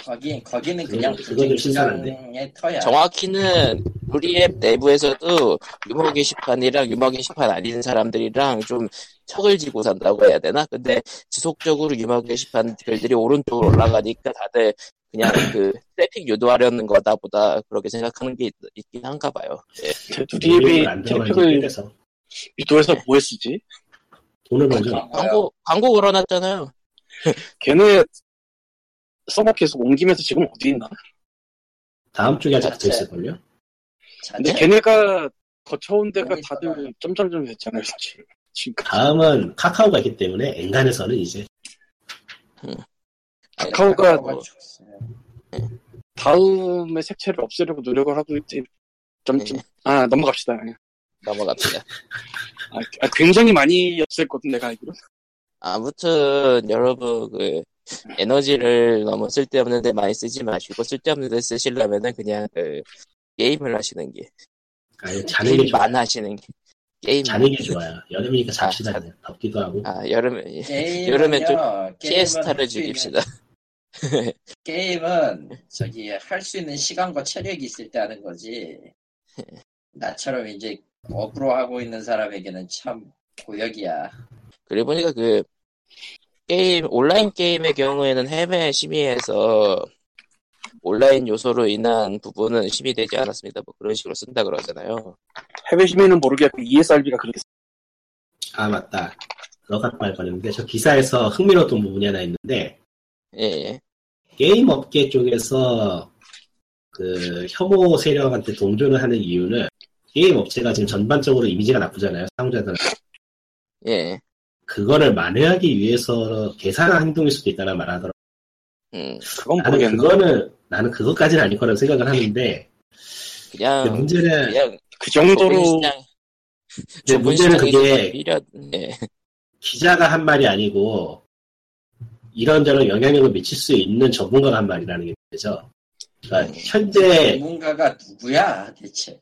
거기, 거기는 그냥
그거- 그거 좀 신선한데.
분쟁시장의 터야.
정확히는 루리앱 내부에서도 유머 게시판이랑 유머 게시판 아닌 사람들이랑 좀 척을 지고 산다고 해야 되나? 근데 지속적으로 유머 게시판 글들이 오른쪽으로 올라가니까 다들 그냥 그 트래픽 유도하려는 거다 보다 그렇게 생각하는 게 있, 긴 한가 봐요. 예.
제두립이
안 들어가는
트래픽을
서
유도해서 뭐 했으지?
돈을 벌죠.
그러니까.
광고, 광고 걸어놨잖아요.
걔네 서버키에서 옮기면서 지금 어디 있나?
다음 주에 아직
자체.
붙어 있을걸요?
근데
자체
걔네가 거쳐온 데가
여기
다들 점점점 됐잖아요, 사실. 지금
다음은 카카오가 있기 때문에 엔간에서는 이제
카카오가
광고가 죽었어요.
다음에 색채를 없애려고 노력을 하고 있지. 점점 아 넘어갑시다. 그냥.
넘어갑니다.
아, 아, 굉장히 많이 없앴거든 내가 알기로.
아무튼 여러분 그 에너지를 너무 쓸데없는 데 많이 쓰지 마시고 쓸데없는 데 쓰시려면은 그냥 그 게임을 하시는 게
아니, 자는 게 좋아.
게임만 하시는 게 게임
자는 게 좋아요. 여름이니까
아,
잡시다 그냥. 덥기도 하고.
아 여름에 예.
게임은요,
여름엔 좀
게임은
피에스타를
할수 있는-
즐깁시다
게임은
네.
저기 할 수 있는 시간과 체력이 있을 때 하는 거지.
네.
나처럼 이제 업으로 하고 있는 사람에게는 참 고역이야.
그리고 보니까 그 게임 온라인 게임의 경우에는 해외 심의에서 온라인 요소로 인한 부분은 심의되지 않았습니다 뭐 그런 식으로 쓴다 그러잖아요
해외 시민은 모르겠고 E ESRB가 그렇게
아, 맞다. 너가 말 걸렸는데 저 기사에서 흥미로웠던 부분이 하나 있는데
예
게임 업계 쪽에서 그 혐오 세력한테 동조를 하는 이유는 게임 업체가 지금 전반적으로 이미지가 나쁘잖아요. 사용자들
예.
그거를 만회하기 위해서 계산한 행동일 수도 있다는 말하더라고요.
음,
그건
나는
모르겠네.
아, 그거는 나는 그것까지는 아닐 거라고 생각을 하는데
아,
근데
그냥
문제는
그냥
그 정도로
조분시장
근데 네, 문제는 그게
미련 예
기자가 한 말이 아니고 이런저런 영향력을 미칠 수 있는 전문가가 한 말이라는 게 되죠.
음.
그러니까 현재
전문가가 누구야 대체?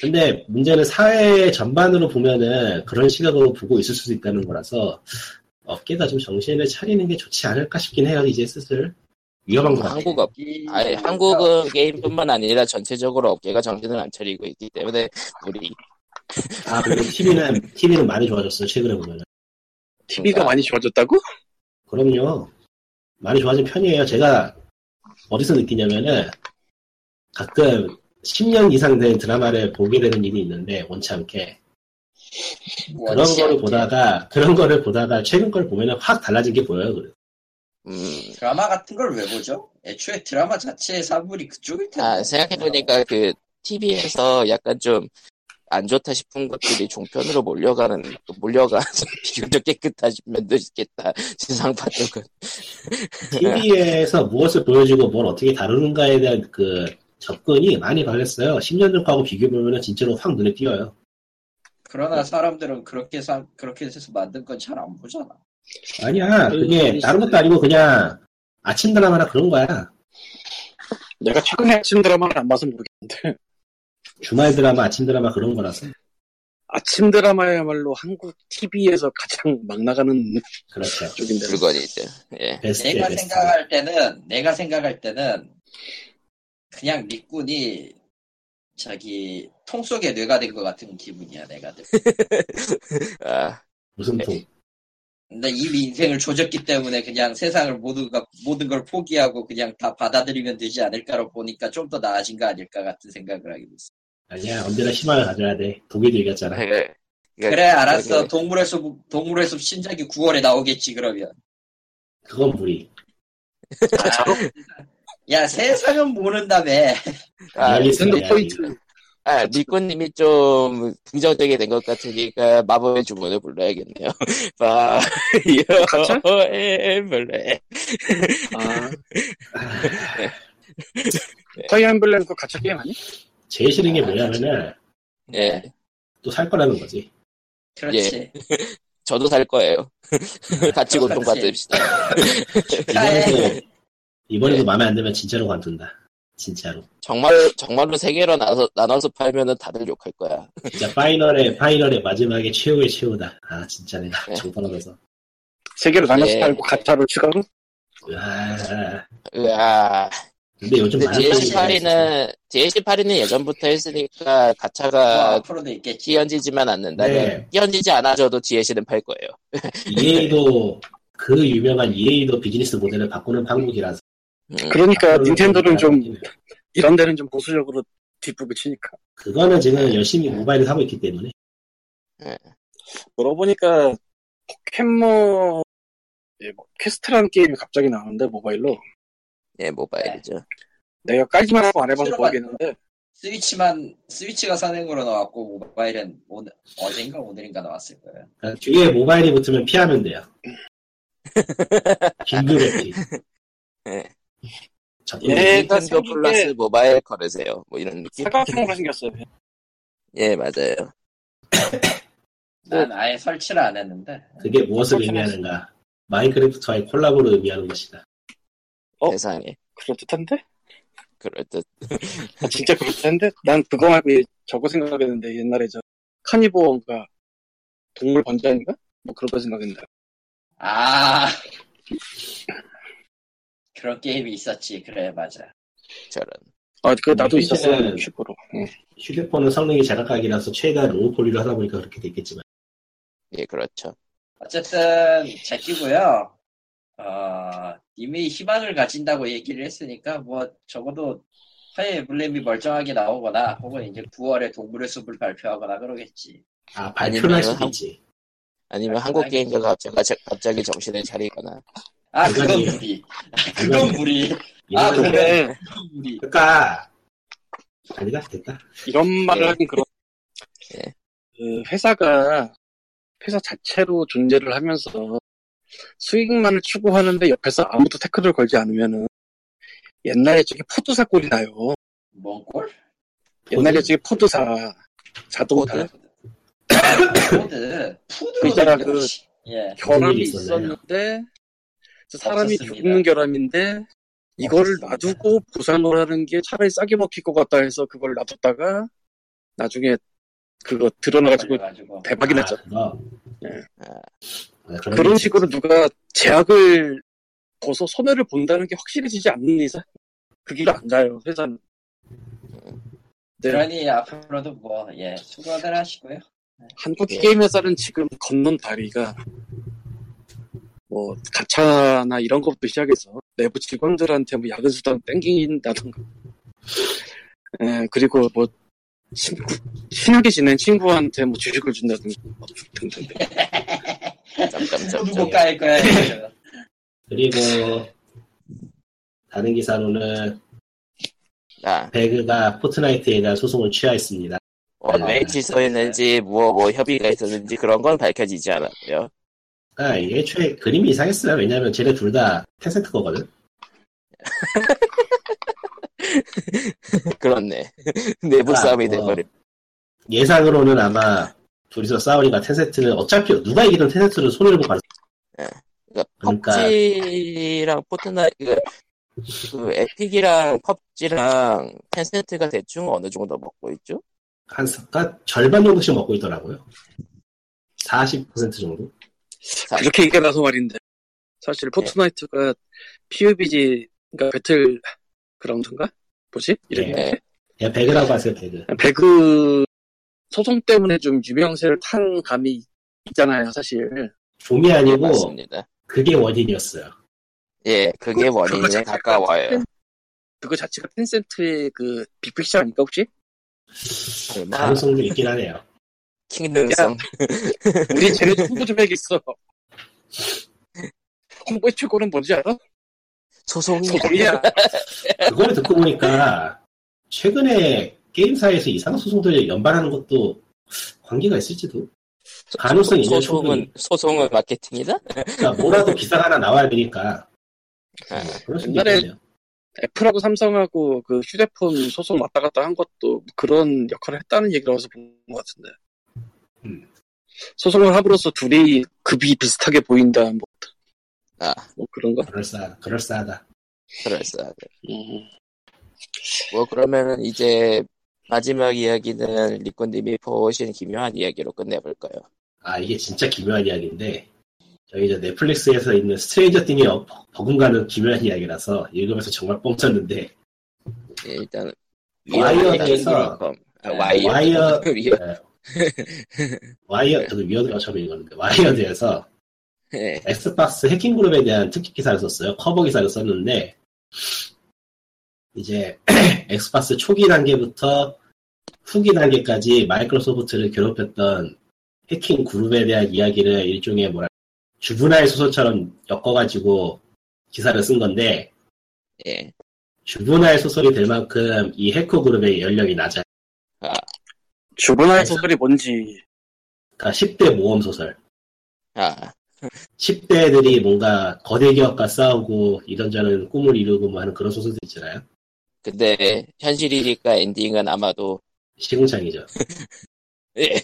근데 문제는 사회 전반으로 보면은 그런 시각으로 보고 있을 수도 있다는 거라서 업계가 좀 정신을 차리는 게 좋지 않을까 싶긴 해요. 이제 슬슬 위험한 것 같아요.
한국 업 아니, 한국은 게임뿐만 아니라 전체적으로 업계가 정신을 안 차리고 있기 때문에 우리
아, 근데 TV는 TV는 많이 좋아졌어요. 최근에 보면은.
TV가 많이 좋아졌다고?
그럼요. 많이 좋아진 편이에요. 제가 어디서 느끼냐면은 가끔 10년 이상 된 드라마를 보게 되는 일이 있는데 원찮게 그런 거를 보다가 그런 거를 보다가 최근 걸 보면은 확 달라진 게 보여요. 그래서.
음,
드라마 같은 걸 왜 보죠? 애초에 드라마 자체의 사물이 그쪽일 텐데.
아 생각해보니까 그 TV에서 약간 좀 안 좋다 싶은 것들이 종편으로 몰려가는 몰려가서 비교적 깨끗하신 면도 있겠다 세상 봤던 것
TV에서 무엇을 보여주고 뭘 어떻게 다루는가에 대한 그 접근이 많이 바뀌었어요. 10년 전하고 비교해보면 진짜로 확 눈에 띄어요.
그러나 사람들은 그렇게 사, 그렇게 해서 만든 건 잘 안 보잖아.
아니야. 그게 다른 것도 아니고 그냥 아침 드라마나 그런 거야.
내가 최근에 아침 드라마를 안 봐서 모르겠는데
주말 드라마, 아침 드라마 그런 거라서.
아침 드라마야말로 한국 TV에서 가장 막 나가는
그렇죠.
쪽인데
물건이죠 예
베스트
내가
베스트.
생각할 때는 내가 생각할 때는 그냥 미꾼이 자기 통 속에 뇌가 된 것 같은 기분이야 내가.
아,
무슨 통.
근데 이미 인생을 조졌기 때문에 그냥 세상을 모두가 모든 걸 포기하고 그냥 다 받아들이면 되지 않을까로 보니까 좀 더 나아진 거 아닐까 같은 생각을 하게 됐어.
아니야. 언제나 희망을 가져야 돼. 독일도 이겼잖아.
네. 그래 예, 그러니까,
그래 알았어 동물의 숲 동물의 숲 신작이 9월에 나오겠지 그러면.
그건 무리.
아, 야 세상은 모른다며.
아,
리얼리스트
샌드
아니야,
포인트
이거.
아, 니꾸님이 좀 긍정적이 된 것 같으니까 마법의 주문을 불러야겠네요.
가차?
바이오의 벌레.
아 파이 엠블렘도 가짜 게임 아니?
제일 싫은 게 뭐냐면은
예,
또 살 거라는 거지.
그렇지.
저도 살 거예요. 같이 고통받읍시다.
아, 축하해.
이번에도 이번에도
네.
마음에 안 들면 진짜로 관둔다. 진짜로.
정말, 정말로 세 개로 나눠서, 나눠서 팔면은 다들 욕할 거야.
진짜 파이널의 파이널의 마지막에 최후의 최후다. 아 진짜 내가
네.
정판하면서.
세계로 나눠서
예.
팔고 가짜로 추가로
와.
으아.
아, 근데 요즘
근데
많은 사람들이
DLC8이는, DLC8이는 예전부터 했으니까
뭐
가차가
앞으로도 있겠지.
끼얹지만 않는다면,
네.
끼얹지 않아줘도 DLC는 팔 거예요.
EA도 그 유명한 EA도 비즈니스 모델을 바꾸는 방법이라서.
음.
그러니까
앞으로는
닌텐도는 좀
그냥
이런 데는 좀 보수적으로 뒷북을 치니까
그거는 지금 열심히 모바일을 하고 있기 때문에.
물어보니까 포켓몬 예, 뭐 퀘스트라는 게임이 갑자기 나오는데 모바일로
예, 모바일이죠.
내가 깔지만 하고 안 해봐서
실험한-
모르겠는데
스위치만 스위치가 산행으로 나왔고 모바일은 오늘 어젠가 오늘인가 나왔을 거예요.
그러니까 뒤에 모바일이 붙으면 피하면 돼요. 빙그레피.
네.
적군이
예, 나
닌텐도
생긴
플러스
게-
모바일 거래세요. 뭐 이런 느낌?
사각형으로 생겼어요
예, 맞아요.
난 아예 설치를 안 했는데.
그게 무엇을
그렇긴
의미하는가? 마인크래프트와의 콜라보를 의미하는 것이다.
어?
세상에.
그럴듯한데?
그럴듯.
아, 진짜 그럴듯한데? 난 그거 말고 예- 저거 생각했는데 옛날에 저 카니보어가 동물 번자인가? 뭐 그런 거 생각했는데
아 그런 게임이 있었지. 그래 맞아.
저런.
아 그거 나도
음,
있었어요
현재는-
큐브로
휴대폰은 성능이 제각각이라서 최대한 로우폴리로 하다 보니까 그렇게 됐겠지만
예, 그렇죠.
어쨌든 제끼고요. 어 이미 희망을 가진다고 얘기를 했으니까 뭐 적어도 화해 엠블렘이 멀쩡하게 나오거나 혹은 이제 9월에 동물의 숲을 발표하거나 그러겠지.
아 발표를 할
아니면은
수도
한-
있지.
아니면
아,
한국
아니.
게임자가 갑자기, 갑자기 정신을 차리거나.
아 그건
그거지.
무리. 그건 무리. 아,
이거는
그래.
근데
그건 무리.
그러니까 아니다 됐다.
이런
네.
말을
예.
하긴 그런
예.
그 회사가 회사 자체로 존재를 하면서 수익만을 추구하는데 옆에서 아무도 태클을 걸지 않으면은 옛날에 저기 포도사 꼴이 나요.
뭔 꼴?
옛날에 저기 포도사 자동차
포드. 포드. 푸드로
있잖아,
된 거.
그-
예.
결함이
일이 있었나요?
있었는데 저 사람이
없었습니다.
죽는 결함인데 이거를
없었습니다.
놔두고 보상을 하는 게 차라리 싸게 먹힐 것 같다 해서 그걸 놔뒀다가 나중에 그거 드러나가지고
가지고
대박이 났죠.
그거.
예.
뭐. 네. 아, 그런
그런
게
식으로 누가 제약을 벗어 손해를 본다는 게 확실해지지 않는 이상 그 길을 안 가요 회사는. 네,
그러니 앞으로도 뭐 예 수고들 하시고요.
한국
예.
게임 회사는 지금 걷는 다리가 뭐 가차나 이런 것부터 시작해서 내부 직원들한테 뭐 야근 수당 땡긴다던가 예, 그리고 뭐 친구, 친하게 지낸 친구한테 뭐 주식을 준다든가 뭐 등등
모두
깜깜깜깜.
못 가일 거야. 이거.
그리고 다른 기사로는
아,
배그가 포트나이트에 대한 소송을 취하했습니다.
원왜 취소했는지 뭐, 뭐 협의가 있었는지 그런 건 밝혀지지 않았고요.
아, 이게 애초에 그림이 이상했어요. 왜냐면 쟤네 둘 다 텐센트 거거든.
그렇네. 내부
아,
싸움이
어.
돼버려.
예상으로는 아마 둘이서 싸우니까 텐센트는 어차피 누가 이기든 텐센트는 손해를 보고 가는
그러니까
그러니까-
펍지랑 포트나이 그, 그 에픽이랑 펍지랑 텐센트가 대충 어느 정도 먹고 있죠?
한 사- 한 절반 정도씩 먹고 있더라고요. 40% 정도.
그렇게 얘기가 나서 말인데 사실 포트나이트가 PUBG 그러니까 배틀 그라운드인가 뭐지
예.
이름이
네.
그냥 배그라고 하세요, 배그.
배그 소송 때문에 좀 유명세를 탄 감이 있잖아요 사실
좀이 아니고
맞습니다.
그게 원인이었어요.
예, 그게
그- 그거
원인에
자체가
가까워요.
그거 자체가 텐센트의 그 빅픽시 아닐까 혹시?
설마
가능성도 있긴 하네요.
킹능성
우리 쟤네 홍보 좀 해야겠어 홍보의 최고는 뭔지 알아?
소송이
소송이야
그걸 듣고 보니까 최근에 게임사에서 이상 소송들을 연발하는 것도 관계가 있을지도. 가능성이 있는
소송은 소송은 마케팅이다?
그러니까 뭐라도 기사가 하나 나와야 되니까. 뭐
아,
그럴 수도
옛날에-
있겠네요.
애플하고 삼성하고 그 휴대폰 소송 왔다 갔다 한 것도 그런 역할을 했다는 얘기를 어서 본 것 같은데.
음.
소송을 함으로써 둘이 급이 비슷하게 보인다, 뭐,
아,
뭐 그런 거.
그럴싸, 그럴싸하다.
그럴싸. 뭐 그러면은 이제 마지막 이야기는 리콘님이 보신 기묘한 이야기로 끝내볼까요?
아, 이게 진짜 기묘한 이야기인데, 저희 이제 넷플릭스에서 있는 스트레이저 띵이 어- 버금가는 기묘한 이야기라서 읽으면서 정말 뻥 쳤는데,
예, 일단
와이어드에서- 네,
아, 와이어
와이어-
위어
와이어, 저도 위어드가 처음 읽었는데, 와이어드에서
예.
엑스박스 해킹그룹에 대한 특집 기사를 썼어요. 커버 기사를 썼는데, 이제 엑스박스 초기 단계부터 후기 단계까지 마이크로소프트를 괴롭혔던 해킹 그룹에 대한 이야기를 일종의 뭐랄 주분할 소설처럼 엮어가지고 기사를 쓴 건데,
예.
주분할 소설이 될 만큼 이 해커 그룹의 연령이 낮아요.
주문할 소설이 뭔지.
그러니까 10대 모험 소설.
아,
10대 애들이 뭔가 거대 기업과 싸우고 이런저런 꿈을 이루고 뭐 하는 그런 소설들 있잖아요.
근데 현실이니까 엔딩은 아마도
시궁창이죠.
예.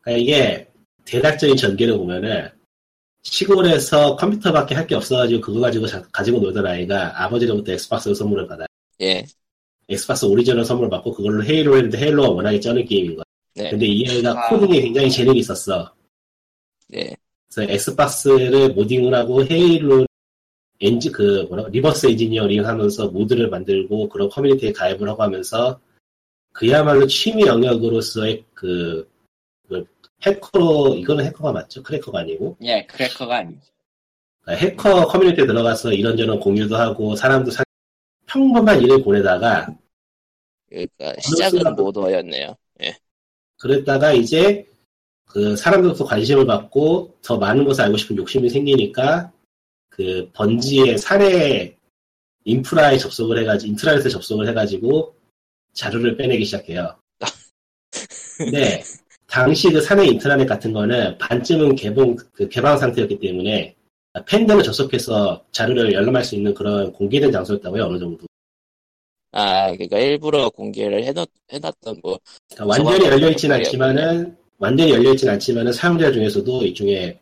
그러니까 이게 대략적인 전개를 보면은 시골에서 컴퓨터밖에 할 게 없어가지고 그거 가지고 자- 가지고 놀던 아이가 아버지로부터 엑스박스를 선물을 받아요.
예.
엑스박스 오리지널 선물 받고 그걸로 헤일로 했는데 헤일로가 워낙에 쩌는 게임인 거야.
네.
근데 이 아이가
아.
코딩에 굉장히 재능이 있었어.
예.
그래서 엑스박스를 모딩을 하고 헤일로 엔지 그 뭐라 리버스 엔지니어링 하면서 모드를 만들고 그런 커뮤니티에 가입을 하고 하면서 그야말로 취미 영역으로서의 그, 그 해커로 이거는 해커가 맞죠? 크래커가 아니고
예 크래커가 아니죠.
그러니까 해커 커뮤니티에 들어가서 이런저런 공유도 하고 사람도 사, 평범한 일을 보내다가
그러니까 시작은 모더였네요.
그랬다가 이제 그 사람들로부터 관심을 받고 더 많은 것을 알고 싶은 욕심이 생기니까 그 번지의 사내 인프라에 접속을 해가지고 인트라넷에 접속을 해가지고 자료를 빼내기 시작해요. 근데 당시 그 사내 인트라넷 같은 거는 반쯤은 개봉 그 개방 상태였기 때문에 팬들을 접속해서 자료를 열람할 수 있는 그런 공개된 장소였다고요 어느 정도.
아, 그러니까 일부러 공개를 해놨, 해놨던 거.
그러니까 완전히 열려 있진 않지만은 완전히 열려 있진 않지만은 사용자 중에서도 일종의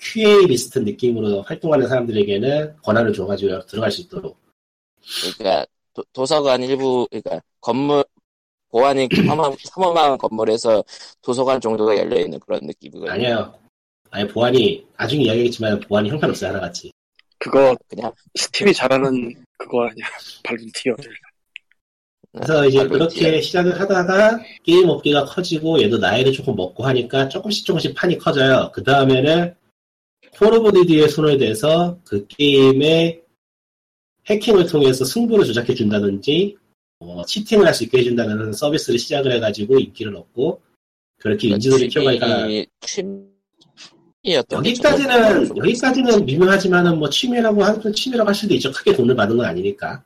QA 리스트 느낌으로 활동하는 사람들에게는 권한을 줘가지고 들어갈 수 있도록.
그러니까 도, 서관 일부, 그러니까 건물, 보안이 삼엄한, 삼엄한 건물에서 도서관 정도가 열려있는 그런 느낌이거든요.
아니에요. 아니 보안이 나중에 이야기겠지만 보안이 형편없어요 하나같이.
그거
그냥.
스팀이 잘하는 그거 아니야. 발렌티어들.
아, 그래서 이제
알고 있지.
그렇게 시작을 하다가 게임 업계가 커지고 얘도 나이를 조금 먹고 하니까 조금씩 조금씩 판이 커져요. 그 다음에는 콜 오브 디디의 손에 대해서 그 게임의 해킹을 통해서 승부를 조작해 준다든지 어, 치팅을 할 수 있게 해준다는 서비스를 시작을 해가지고 인기를 얻고 그렇게 인지도를 키워가니까
이 그러니까 취미였던 게
여기까지는
조금-
여기까지는 미묘하지만은 뭐 취미라고 할 취미라고 할 수도 있죠. 크게 돈을 받은 건 아니니까.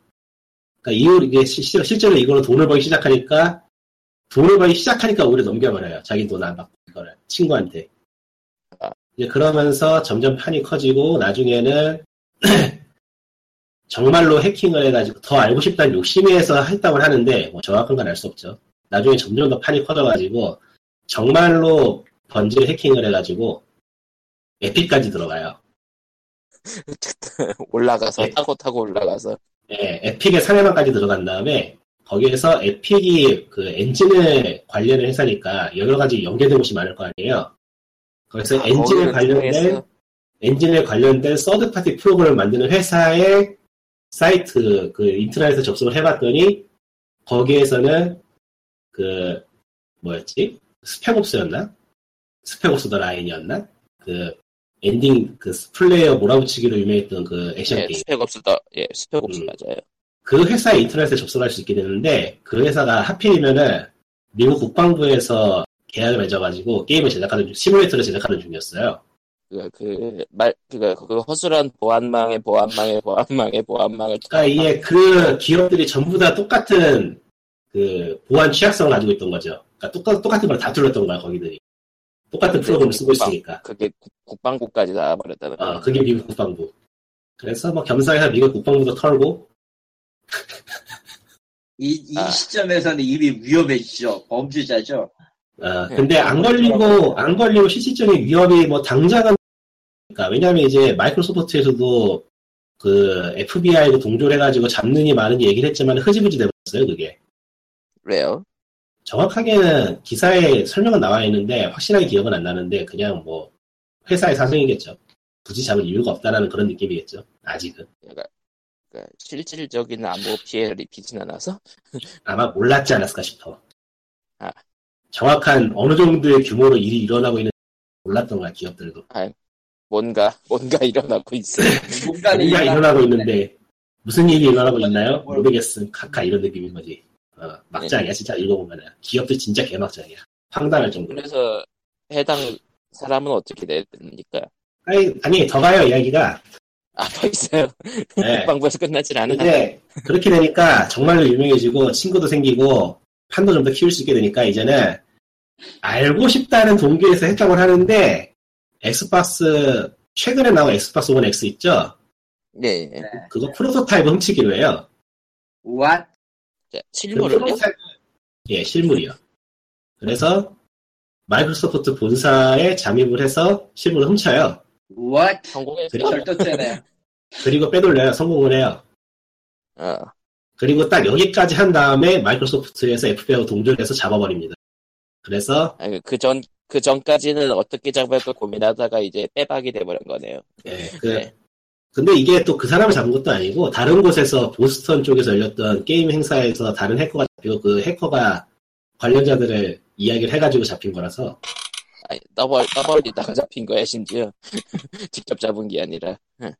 그러니까 이후 이게 시- 실제로 실제로 이거로 돈을 벌기 시작하니까 돈을 벌기 시작하니까 오히려 넘겨버려요. 자기 돈 안 받고 이거를 친구한테. 이제 그러면서 점점 판이 커지고 나중에는 정말로 해킹을 해가지고 더 알고 싶다는 욕심에서 했다고 하는데 뭐 정확한 건 알 수 없죠. 나중에 점점 더 판이 커져가지고 정말로 번지를 해킹을 해가지고 에픽까지 들어가요.
올라가서
네.
타고 타고 올라가서
예, 에픽의 사내망까지 들어간 다음에 거기에서 에픽이 그 엔진을 관련을 회사니까 여러 가지 연계된 곳이 많을 거 아니에요. 거기서 엔진에
아, 거기를
관련된
통해서
엔진에 관련된 서드 파티 프로그램을 만드는 회사의 사이트 그 인트라에서 접속을 해봤더니 거기에서는 그 뭐였지 스펙옵스였나 스펙옵스 더 라인이었나 그 엔딩 그 플레이어 몰아붙이기로 유명했던 그 액션
예,
게임
스펙 없었다 예 스펙 없어
음.
맞아요
그 회사의 인터넷에 접속할 수 있게 되는데 그 회사가 하필이면은 미국 국방부에서 계약을 맺어가지고 게임을 제작하는 중- 시뮬레이터를 제작하는 중이었어요.
그말 그거 그 허술한 보안망의 보안망의 보안망의 보안망을
그러니까 이게 그 기업들이 전부 다 똑같은 그 보안 취약성을 가지고 있던 거죠. 그러니까 똑같, 똑같은 걸 다 둘렀던 거야 거기들이. 똑같은 프로그램을 쓰고 있으니까.
그게 국- 국방국까지 나와버렸다는
어,
거
그게 미국 국방부. 그래서 뭐 겸사해서 미국 국방부도 털고
이, 이
아.
시점에서는 이미 위험해지죠. 범죄자죠.
어,
네.
근데 안 걸리고, 안 걸리고 실질적인 위협이 뭐 당장은, 그러니까 왜냐면 이제 마이크로소프트에서도 그 FBI도 동조를 해가지고 잡느니 마느니 얘기를 했지만 흐지부지 돼버렸어요, 그게.
그래요
정확하게는 기사에 설명은 나와 있는데 확실하게 기억은 안 나는데 그냥 뭐 회사의 사정이겠죠. 굳이 잡을 이유가 없다라는 그런 느낌이겠죠. 아직은.
그러니까 실질적인 안보 피해를 입히진 않아서
아마 몰랐지 않았을까 싶어.
아.
정확한 어느 정도의 규모로 일이 일어나고 있는 몰랐던 거야, 기업들도.
뭔가 뭔가 일어나고 있어
뭔가는
뭔가 일어나고 있는데 네. 무슨 일이 일어나고 있나요?
뭘-
모르겠음 카카 이런 느낌인 거지 어, 막장이야 진짜 읽어보면 기업들 진짜 개막장이야 황당할 정도로
그래서 해당 사람은 어떻게 됩니까
아니, 아니 더 가요 이야기가
아파 있어요
네.
국방부에서 끝나질 않아
근데 그렇게 되니까 정말로 유명해지고 친구도 생기고 판도 좀 더 키울 수 있게 되니까 이제는 알고 싶다는 동기에서 했다고 하는데 엑스박스 최근에 나온 엑스박스 원 X 있죠?
네, 네.
그거 프로토타입 훔치기로 해요
What?
자,
그
실물을요?
프로토타입- 예, 실물이요. 그래서 마이크로소프트 본사에 잠입을 해서 실물을 훔쳐요.
What?
성공했어요?
그래요?
절도죄네.
그리고 빼돌려요. 성공을 해요.
어.
그리고 딱 여기까지 한 다음에 마이크로소프트에서 FBI와 동조를 해서 잡아버립니다. 그래서
그 전, 그 전까지는 어떻게 잡을까 고민하다가 이제 빼박이 돼버린 거네요.
예, 그-
네.
근데 이게 또 그 사람을 잡은 것도 아니고 다른 곳에서 보스턴 쪽에서 열렸던 게임 행사에서 다른 해커가 잡히고 그 해커가 관련자들의 이야기를 해가지고 잡힌 거라서
아니, 떠벌, 떠벌리다가 잡힌 거야, 심지어. 직접 잡은 게 아니라.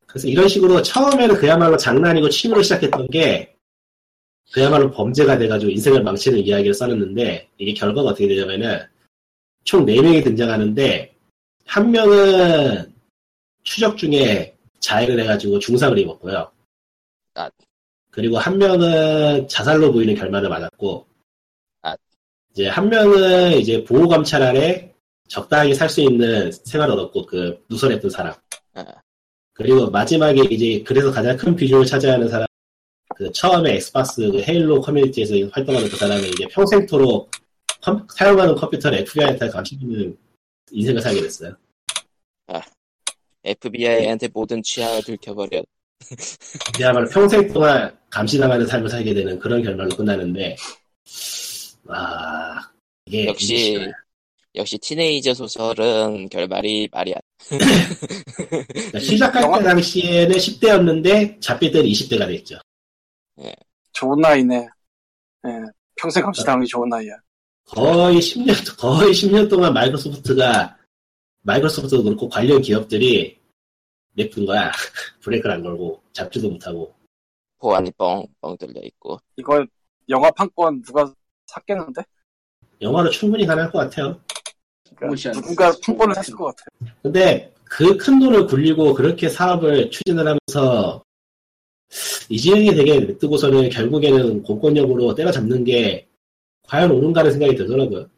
그래서 이런 식으로 처음에는 그야말로 장난이고 취미로 시작했던 게 그야말로 범죄가 돼가지고 인생을 망치는 이야기를 써놨는데 이게 결과가 어떻게 되냐면은 총 4명이 등장하는데 한 명은 추적 중에 자해를 해가지고 중상을 입었고요.
아.
그리고 한 명은 자살로 보이는 결말을 맞았고
아.
이제 한 명은 이제 보호 감찰 아래 적당히 살 수 있는 생활을 얻었고 그 누설했던 사람
아.
그리고 마지막에 이제 그래서 가장 큰 비중을 차지하는 사람 그 처음에 엑스박스 그 헤일로 커뮤니티에서 활동하는 그 사람은 이제 평생토록 컴- 사용하는 컴퓨터를 FBI한테 감시하는 인생을 살게 됐어요.
FBI한테 모든 취향을 들켜버려.
그야말로 평생 동안 감시당하는 삶을 살게 되는 그런 결말로 끝나는데 아 이게
역시 역시 티네이저 소설은 결말이 말이 안.
그러니까 시작할
영화-
때 당시에는 10대였는데 잡힐 때는 20대가 됐죠.
좋은 나이네. 예, 평생 감시당하기 좋은 나이야.
거의 10년 거의 10년 동안 마이크로소프트가 마이크로소프트도 그렇고 관련 기업들이 내픈 거야 브레이크를 안 걸고 잡지도 못하고
보안이 뻥뻥 뚫려 있고.
이걸 영화 판권 누가 샀겠는데?
영화로 충분히 가능할 것 같아요.
그러니까
무시할 수
누군가
없어.
판권을 샀을 것 같아.
근데 그 큰 돈을 굴리고 그렇게 사업을 추진을 하면서 이재용이 되게 냅두고서는 결국에는 공권력으로 때려잡는 게 과연 옳은가라는 생각이 들더라고요.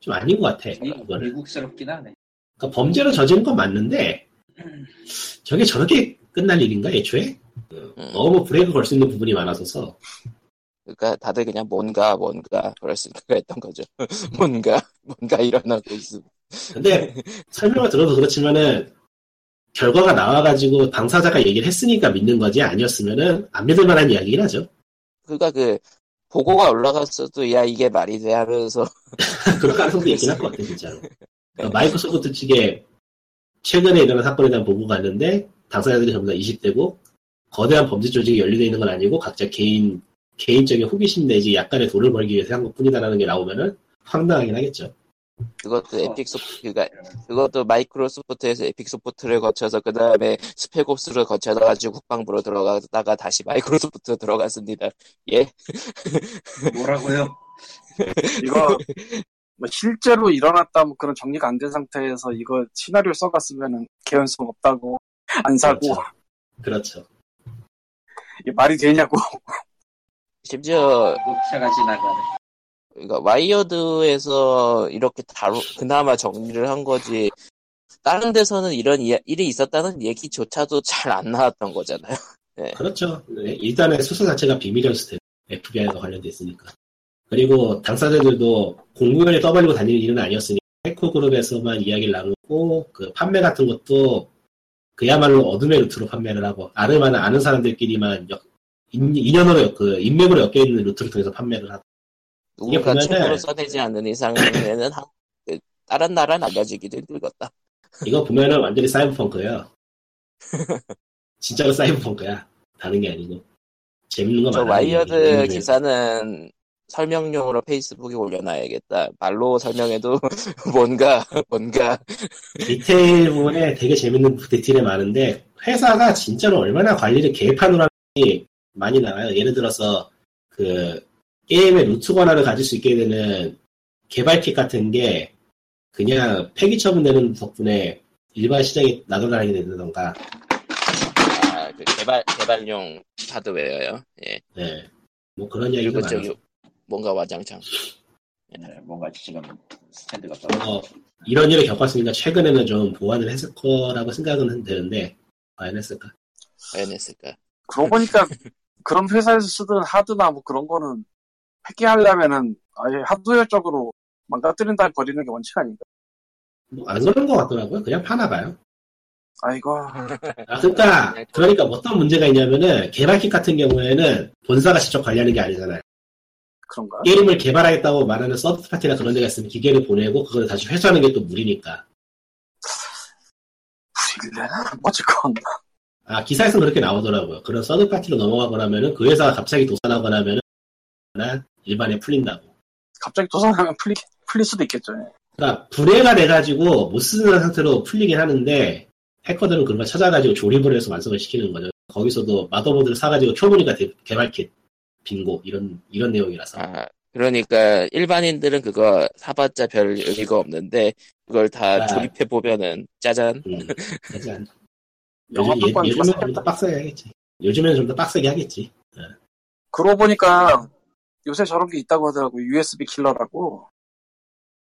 좀 아닌 것 같아.
미-
그거를.
미국스럽긴 하네.
그러니까 범죄를 저지른 건 맞는데 저게 저렇게 끝날 일인가 애초에?
음.
너무 브레이크 걸 수 있는 부분이 많아서서
그러니까 다들 그냥 뭔가 뭔가 그럴 생각을 했던 거죠. 뭔가 뭔가 일어나고 있음.
근데 설명을 들어도 그렇지만은 결과가 나와가지고 당사자가 얘기를 했으니까 믿는 거지 아니었으면은 안 믿을 만한 이야기긴 하죠.
그러니까 그 보고가 올라갔어도 야 이게 말이 돼 하면서
그럴 가능성도 있긴 할 것 같아, 진짜로. 그러니까 마이크로소프트 측에 최근에 일어난 사건에 대한 보고가 왔는데, 당사자들이 전부 다 20대고, 거대한 범죄 조직이 연루되어 있는 건 아니고, 각자 개인, 개인적인 호기심 내지 약간의 돈을 벌기 위해서 한 것 뿐이다라는 게 나오면은, 황당하긴 하겠죠.
그것도
허.
에픽 소프트가 그것도 마이크로소프트에서 에픽 소프트를 거쳐서 그 다음에 스펙옵스를 거쳐가지고 국방부로 들어가다가 다시 마이크로소프트 들어갔습니다. 예,
뭐라고요?
이거 뭐 실제로 일어났다 뭐 그런 정리가 안 된 상태에서 이거 시나리오 써갔으면은 개연성 없다고 안 사고
그렇죠. 그렇죠.
이게 말이 되냐고.
심지어
녹차가 지나가네.
그러니까 와이어드에서 이렇게 다루 그나마 정리를 한 거지. 다른 데서는 이런 이야- 일이 있었다는 얘기조차도 잘 안 나왔던 거잖아요.
그렇죠. 네, 일단은 수사 자체가 비밀이었을 때, FBI가 관련돼 있으니까. 그리고 당사자들도 공공연히 떠벌리고 다니는 일은 아니었으니까, 해코 그룹에서만 이야기를 나누고, 그 판매 같은 것도 그야말로 어둠의 루트로 판매를 하고, 아르마는 아는 사람들끼리만 역, 인, 인연으로, 엮- 그, 인맥으로 엮여있는 루트를 통해서 판매를 하고.
누군가
보면은-
책으로 써내지 않는 이상에는 한- 그 다른 나라는 알려지기도 힘들겠다.
이거 보면은 완전히 사이버펑크예요 진짜로 사이버펑크야. 다른 게 아니고. 재밌는 거
저
많아.
와이어드
이게.
기사는 설명용으로 페이스북에 올려놔야겠다. 말로 설명해도 뭔가 뭔가
디테일 부분에 되게 재밌는 디테일이 많은데 회사가 진짜로 얼마나 관리를 개판으로 하는지 많이 나와요. 예를 들어서 그 게임의 루트 권한을 가질 수 있게 되는 개발킷 같은 게 그냥 폐기 처분되는 덕분에 일반 시장에 나돌아다니게 된다던가
아, 그 개발 개발용 하드웨어요. 예,
네. 뭐 그런 이야기가
그리고
많아요.
저기 뭔가 와장창.
네, 뭔가 지금 스탠드가 떨어져.
어, 이런 일을 겪었으니까 최근에는 좀 보완을 했을 거라고 생각은 되는데 과연 했을까?
과연 했을까?
그러고 보니까 그런 회사에서 쓰던 하드나 뭐 그런 거는 폐기하려면은 아예 하드웨어적으로 망가뜨린다 버리는 게 원칙 아닌가?
뭐 안 그런 것 같더라고요. 그냥 파나 봐요.
아이고
아, 그러니까 그러니까 어떤 문제가 있냐면은 개발킷 같은 경우에는 본사가 직접 관리하는 게 아니잖아요.
그런가?
게임을 개발하겠다고 말하는 서브 파티나 그런 데가 있으면 기계를 보내고 그걸 다시 회수하는 게 또 무리니까.
부리려나? 어쨌건
아 기사에서 그렇게 나오더라고요. 그런 서브 파티로 넘어가거나 하면은 그 회사가 갑자기 도산하거나 하면은 나 일반에 풀린다고.
갑자기 도산하면 풀리 풀릴 수도 있겠죠. 예.
그러니까 분해가 돼가지고 못 쓰는 상태로 풀리긴 하는데 해커들은 그런 걸 찾아가지고 조립을 해서 완성을 시키는 거죠. 거기서도 마더보드를 사가지고 켜보니까 대- 개발킷 빙고 이런 이런 내용이라서.
아, 그러니까 일반인들은 그거 사봤자 별 의미가 없는데 그걸 다
네.
아.
조립해 보면은 짜잔.
음, 되지 않나.
영화
요즘,
팝콘
예,
누가
요즘엔 좀
사겠다.
더 빡세게 하겠지. 요즘에는 좀 더 빡세게 하겠지.
그러고 보니까 요새 저런 게 있다고 하더라고 USB 킬러라고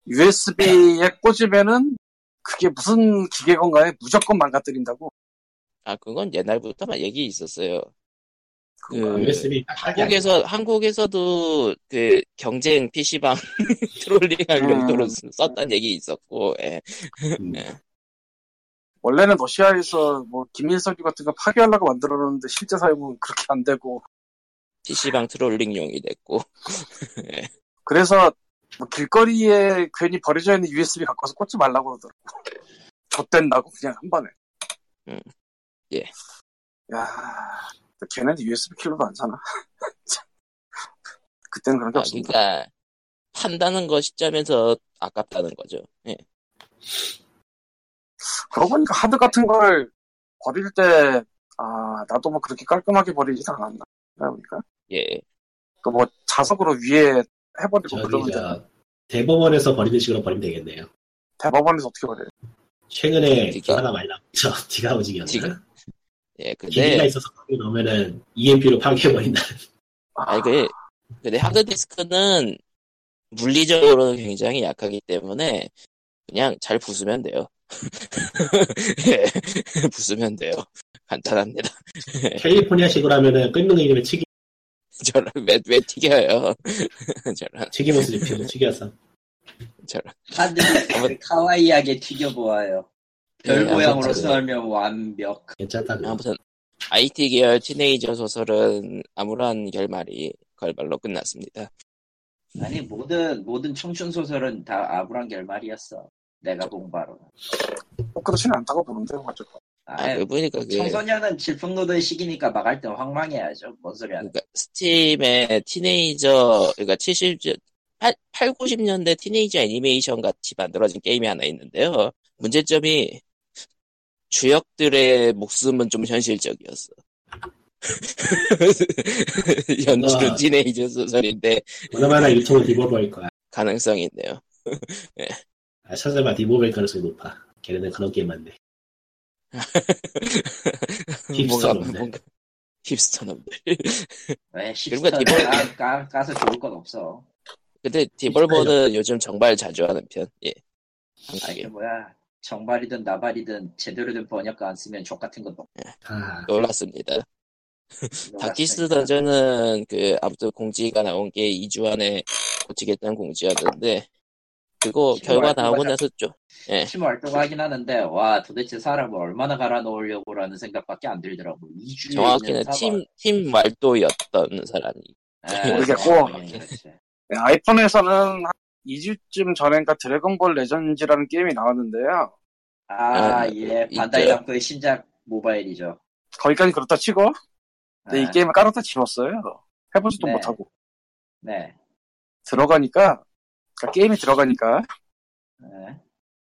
USB에 꽂으면은 그게 무슨 기계 건가에 무조건 망가뜨린다고
아 그건 옛날부터만 얘기 있었어요.
그
그
USB 딱딱이 아니야.
한국에서 한국에서도 그 경쟁 PC방 트롤링할
음.
용도로 쓰- 썼던 얘기 있었고 예.
음.
원래는 러시아에서 뭐 기밀서류 같은 거 파괴하려고 만들었는데 실제 사용은 그렇게 안 되고
PC방 트롤링용이 됐고 아,
그래서 뭐 길거리에 괜히 버려져 있는 USB 갖고 와서 꽂지 말라고 그러더라고. 좆된다고 그냥 한 번에.
음. 예.
야, 근데 걔네는 USB 킬로도 안 사나? 그때는 그런 게
아,
없습니다.
그러니까 판다는 것 시점에서 아깝다는 거죠. 예.
그러고 보니까 하드 같은 걸 버릴 때, 아, 나도 뭐 그렇게 깔끔하게 버리진 않았나. 그러니까.
예.
그 뭐 자석으로 위에 해버리고
저기
그러면
저 대법원에서 버리는 식으로 버리면 되겠네요.
대법원에서 어떻게 버려요?
최근에
디가.
하나 많이 나왔죠. 디가오징이었나?
디가. 예.
기계가
근데
있어서 거기 넣으면은 EMP로 파괴해버린다.
아니 그 근데 하드 디스크는 물리적으로는 굉장히 약하기 때문에 그냥 잘 부수면 돼요. 예. 부수면 돼요. 간단합니다.
캘리포니아식으로 하면은 끓는 거 이름에 튀김,
저런 왜, 왜 튀겨요? 저런
튀김옷을 입히고 튀겨서.
저런
하드 카와이하게 튀겨보아요. 별
예,
모양으로
아무튼.
썰면 완벽.
괜찮다. 그거.
아무튼 IT 계열 티네이저 소설은 아무런 결말이 걸발로 끝났습니다.
아니 모든 모든 청춘 소설은 다 아무런 결말이었어. 내가 본 바로.
꼭 그렇지는 않다고 보는데, 뭐 어쨌든.
아,
아,
그 보니까 그
청소년은 질풍노도의 시기니까 막을 땐 황망해야죠. 뭔 소리 하는?
그러니까 스팀의 티네이저 그러니까 70 8, 8, 90년대 티네이저 애니메이션 같이 만들어진 게임이 하나 있는데요. 문제점이 주역들의 목숨은 좀 현실적이었어. 연출은
와.
티네이저 소설인데
얼마나 유통을 디버버일 거야.
가능성이 있네요.
아, 찾아봐, 디버버일 가능성이 높아. 걔네는 그런 게임 맞네. 힙스터 놈들.
힙스터 놈들.
왜
그리고
시스터
디벌-
까, 까, 까서 좋을 건 없어.
근데 디벌버는 요즘 정발 자주 하는 편. 예.
아니 그 뭐야 정발이든 나발이든 제대로 된 번역가 안 쓰면 족 같은 것도
아,
놀랐습니다. 다키스 던전은 그 아무튼 공지가 나온 게 2주 안에 고치겠다는 공지였는데 그거 결과 나오고 나서 좀
팀 활동하긴 하는데 와 도대체 사람을 얼마나 갈아 넣으려고라는 생각밖에 안 들더라고 2주에
정확히는 팀팀 말도였던 사람이
모르겠고.
예.
네, 아이폰에서는 한 2주쯤 전인가 드래곤볼 레전즈라는 게임이 나왔는데요.
아,
아예 반다이
있죠.
남코의 신작 모바일이죠
거기까지 그렇다 치고, 근데
네.
이
아,
게임을 깔아다 집었어요. 해보지도
네.
못하고.
네
들어가니까, 그러니까 게임이 들어가니까,
네.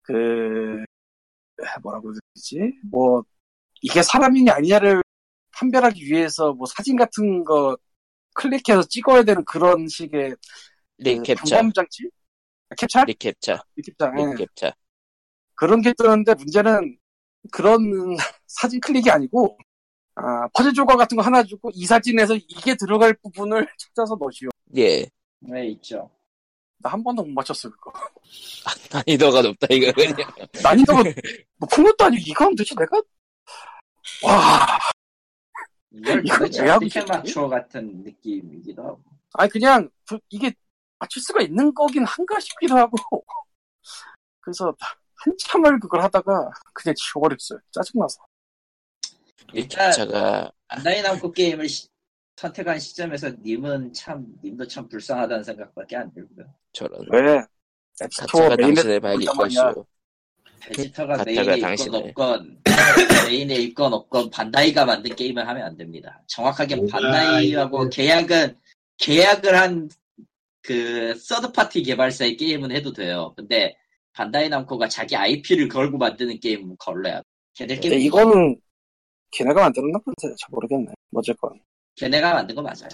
그, 뭐라고 해야 되지? 뭐, 이게 사람이냐 아니냐를 판별하기 위해서 뭐 사진 같은 거 클릭해서 찍어야 되는 그런 식의 그
네, 리캡처 네.
방범 장치? 캡처?
리캡처
리캡처. 예.
리캡처
그런 게 뜨는데 문제는 그런 사진 클릭이 아니고 아, 퍼즐 조각 같은 거 하나 주고 이 사진에서 이게 들어갈 부분을 찾아서 넣으시오.
예
네 있죠
나 한 번도 못 맞췄어 그거.
난이도가 높다
네.
이거 그냥
난이도가 높은 것도 아니고 이거 하면 도대체 내가 와
이걸
이거
도대체
왜 하고
어떻게
있었지?
맞춰 같은 느낌이기도 하고
아니 그냥 그- 이게 맞출 수가 있는 거긴 한가 싶기도 하고 그래서 한참을 그걸 하다가 그냥 지워버렸어요. 짜증나서.
리캡처가
반다이 남코 게임을 시- 선택한 시점에서 님은 참 님도 참 불쌍하다는 생각밖에 안 들고요
저런
왜?
가차가
앱스토어 메인에
당신을 발기
볼 때만이야.
것이오
베지터가
가짜가
메인에 있건
아, 당신을.
없건 메인에 있건 없건 반다이가 만든 게임을 하면 안 됩니다. 정확하게
뭔가
반다이하고
이거는-
계약은 계약을 한 그 서드 파티 개발사의 게임은 해도 돼요. 근데 반다이 남코가 자기 IP를 걸고 만드는 게임은 걸려야 돼. 걔들
네,
근데
게임
네, 이거는 걔네가 만들었나 본데 잘 모르겠네. 뭐 어쨌건
걔네가 만든 거 맞아요.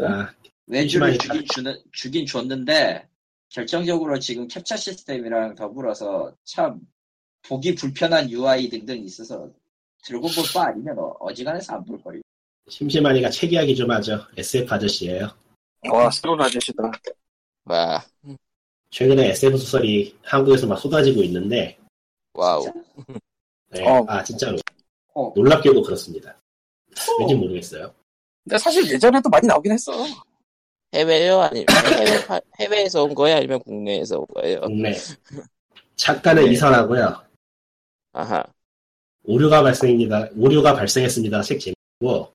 아,
외주를
심하니까.
주긴 주는 주긴 줬는데 결정적으로 지금 캡처 시스템이랑 더불어서 참 보기 불편한 UI 등등 있어서 드래곤볼 바 아니면 어- 어지간해서 안 볼 거예요.
심심하니까 책 이야기 좀 하죠. SF 아저씨예요.
와 새로운 아저씨다.
와
최근에 SF 소설이 한국에서 막 쏟아지고 있는데,
와우
네.
어.
아 진짜로
어.
놀랍게도 그렇습니다. 왠지 모르겠어요.
근데 사실 예전에도 많이 나오긴 했어.
해외요? 아니면 해외, 파- 해외에서 온 거예요? 아니면 국내에서 온 거예요?
음.
국내 작가는
네.
이선하고요.
아하.
오류가 발생입니다. 오류가 발생했습니다. 책 제목이고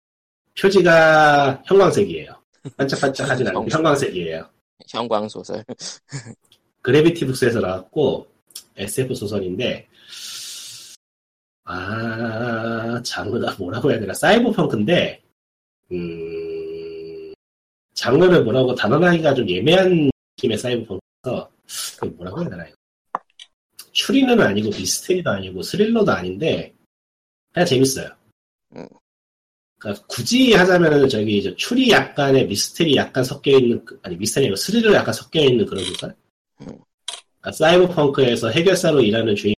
표지가 형광색이에요. 반짝반짝하진
어.
않고 형광색이에요.
형광소설.
그래비티 북스에서 나왔고 SF 소설인데 아 장르가 뭐라고 해야 되나 사이버펑크인데 음 장르를 뭐라고 단언하기가 좀 예매한 느낌의 사이버펑크라서 그 뭐라고 해야 되나 이거 추리는 아니고 미스테리도 아니고 스릴러도 아닌데 그냥 재밌어요.
음.
그러니까 굳이 하자면은 저기 이제 추리 약간의 미스테리 약간 섞여 있는 그, 아니 미스테리 아니고 스릴러 약간 섞여 있는 그런 소설. 그러니까 사이버펑크에서 해결사로 일하는 주인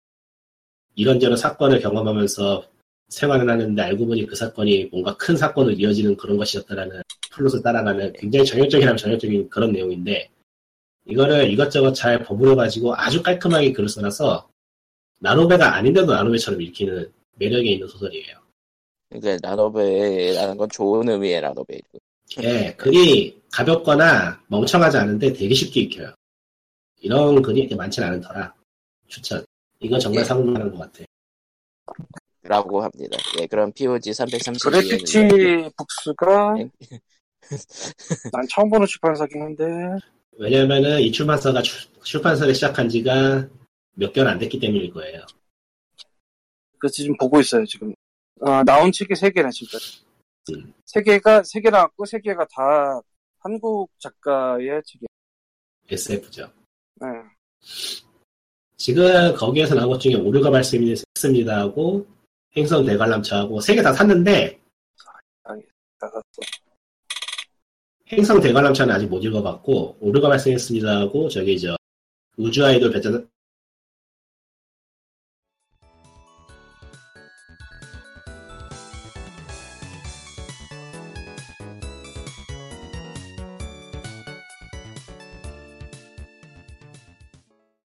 이런저런 사건을 경험하면서 생활을 하는데 알고 보니 그 사건이 뭔가 큰 사건으로 이어지는 그런 것이었다라는 플롯을 따라가는 굉장히 전형적이라면 전형적인 그런 내용인데 이거를 이것저것 잘 버무려 가지고 아주 깔끔하게 글을 써놔서 나노베가 아닌데도 나노베처럼 읽히는 매력이 있는 소설이에요.
그러니까 라노베라는 건 좋은 의미의 라노베.
예, 글이 가볍거나 멍청하지 않은데 되게 쉽게 익혀요. 이런 글이 이렇게 많진 않은 터라 추천. 이건 정말
예.
상응하는 것 같아.
라고 합니다. 예, 그럼 POG 330. 예,
그래피티 북스가
네.
난 처음 보는 출판사긴 한데
왜냐면은 이 출판사가 출- 출판사를 시작한 지가 몇 개월 안 됐기 때문일 거예요.
그래서 지금 보고 있어요 지금. 아, 나온 책이 세 개네 진짜.
음.
세 개가 세 개 나왔고 세 개가 다 한국 작가의 책이.
SF죠.
네.
지금 거기에서 나온 것 중에 오류가 발생했습니다 하고 행성 대관람차하고 세 개 다 샀는데
나가서.
행성 대관람차는 아직 못 읽어봤고 오류가 발생했습니다 하고 저기 저 우주 아이돌 배틀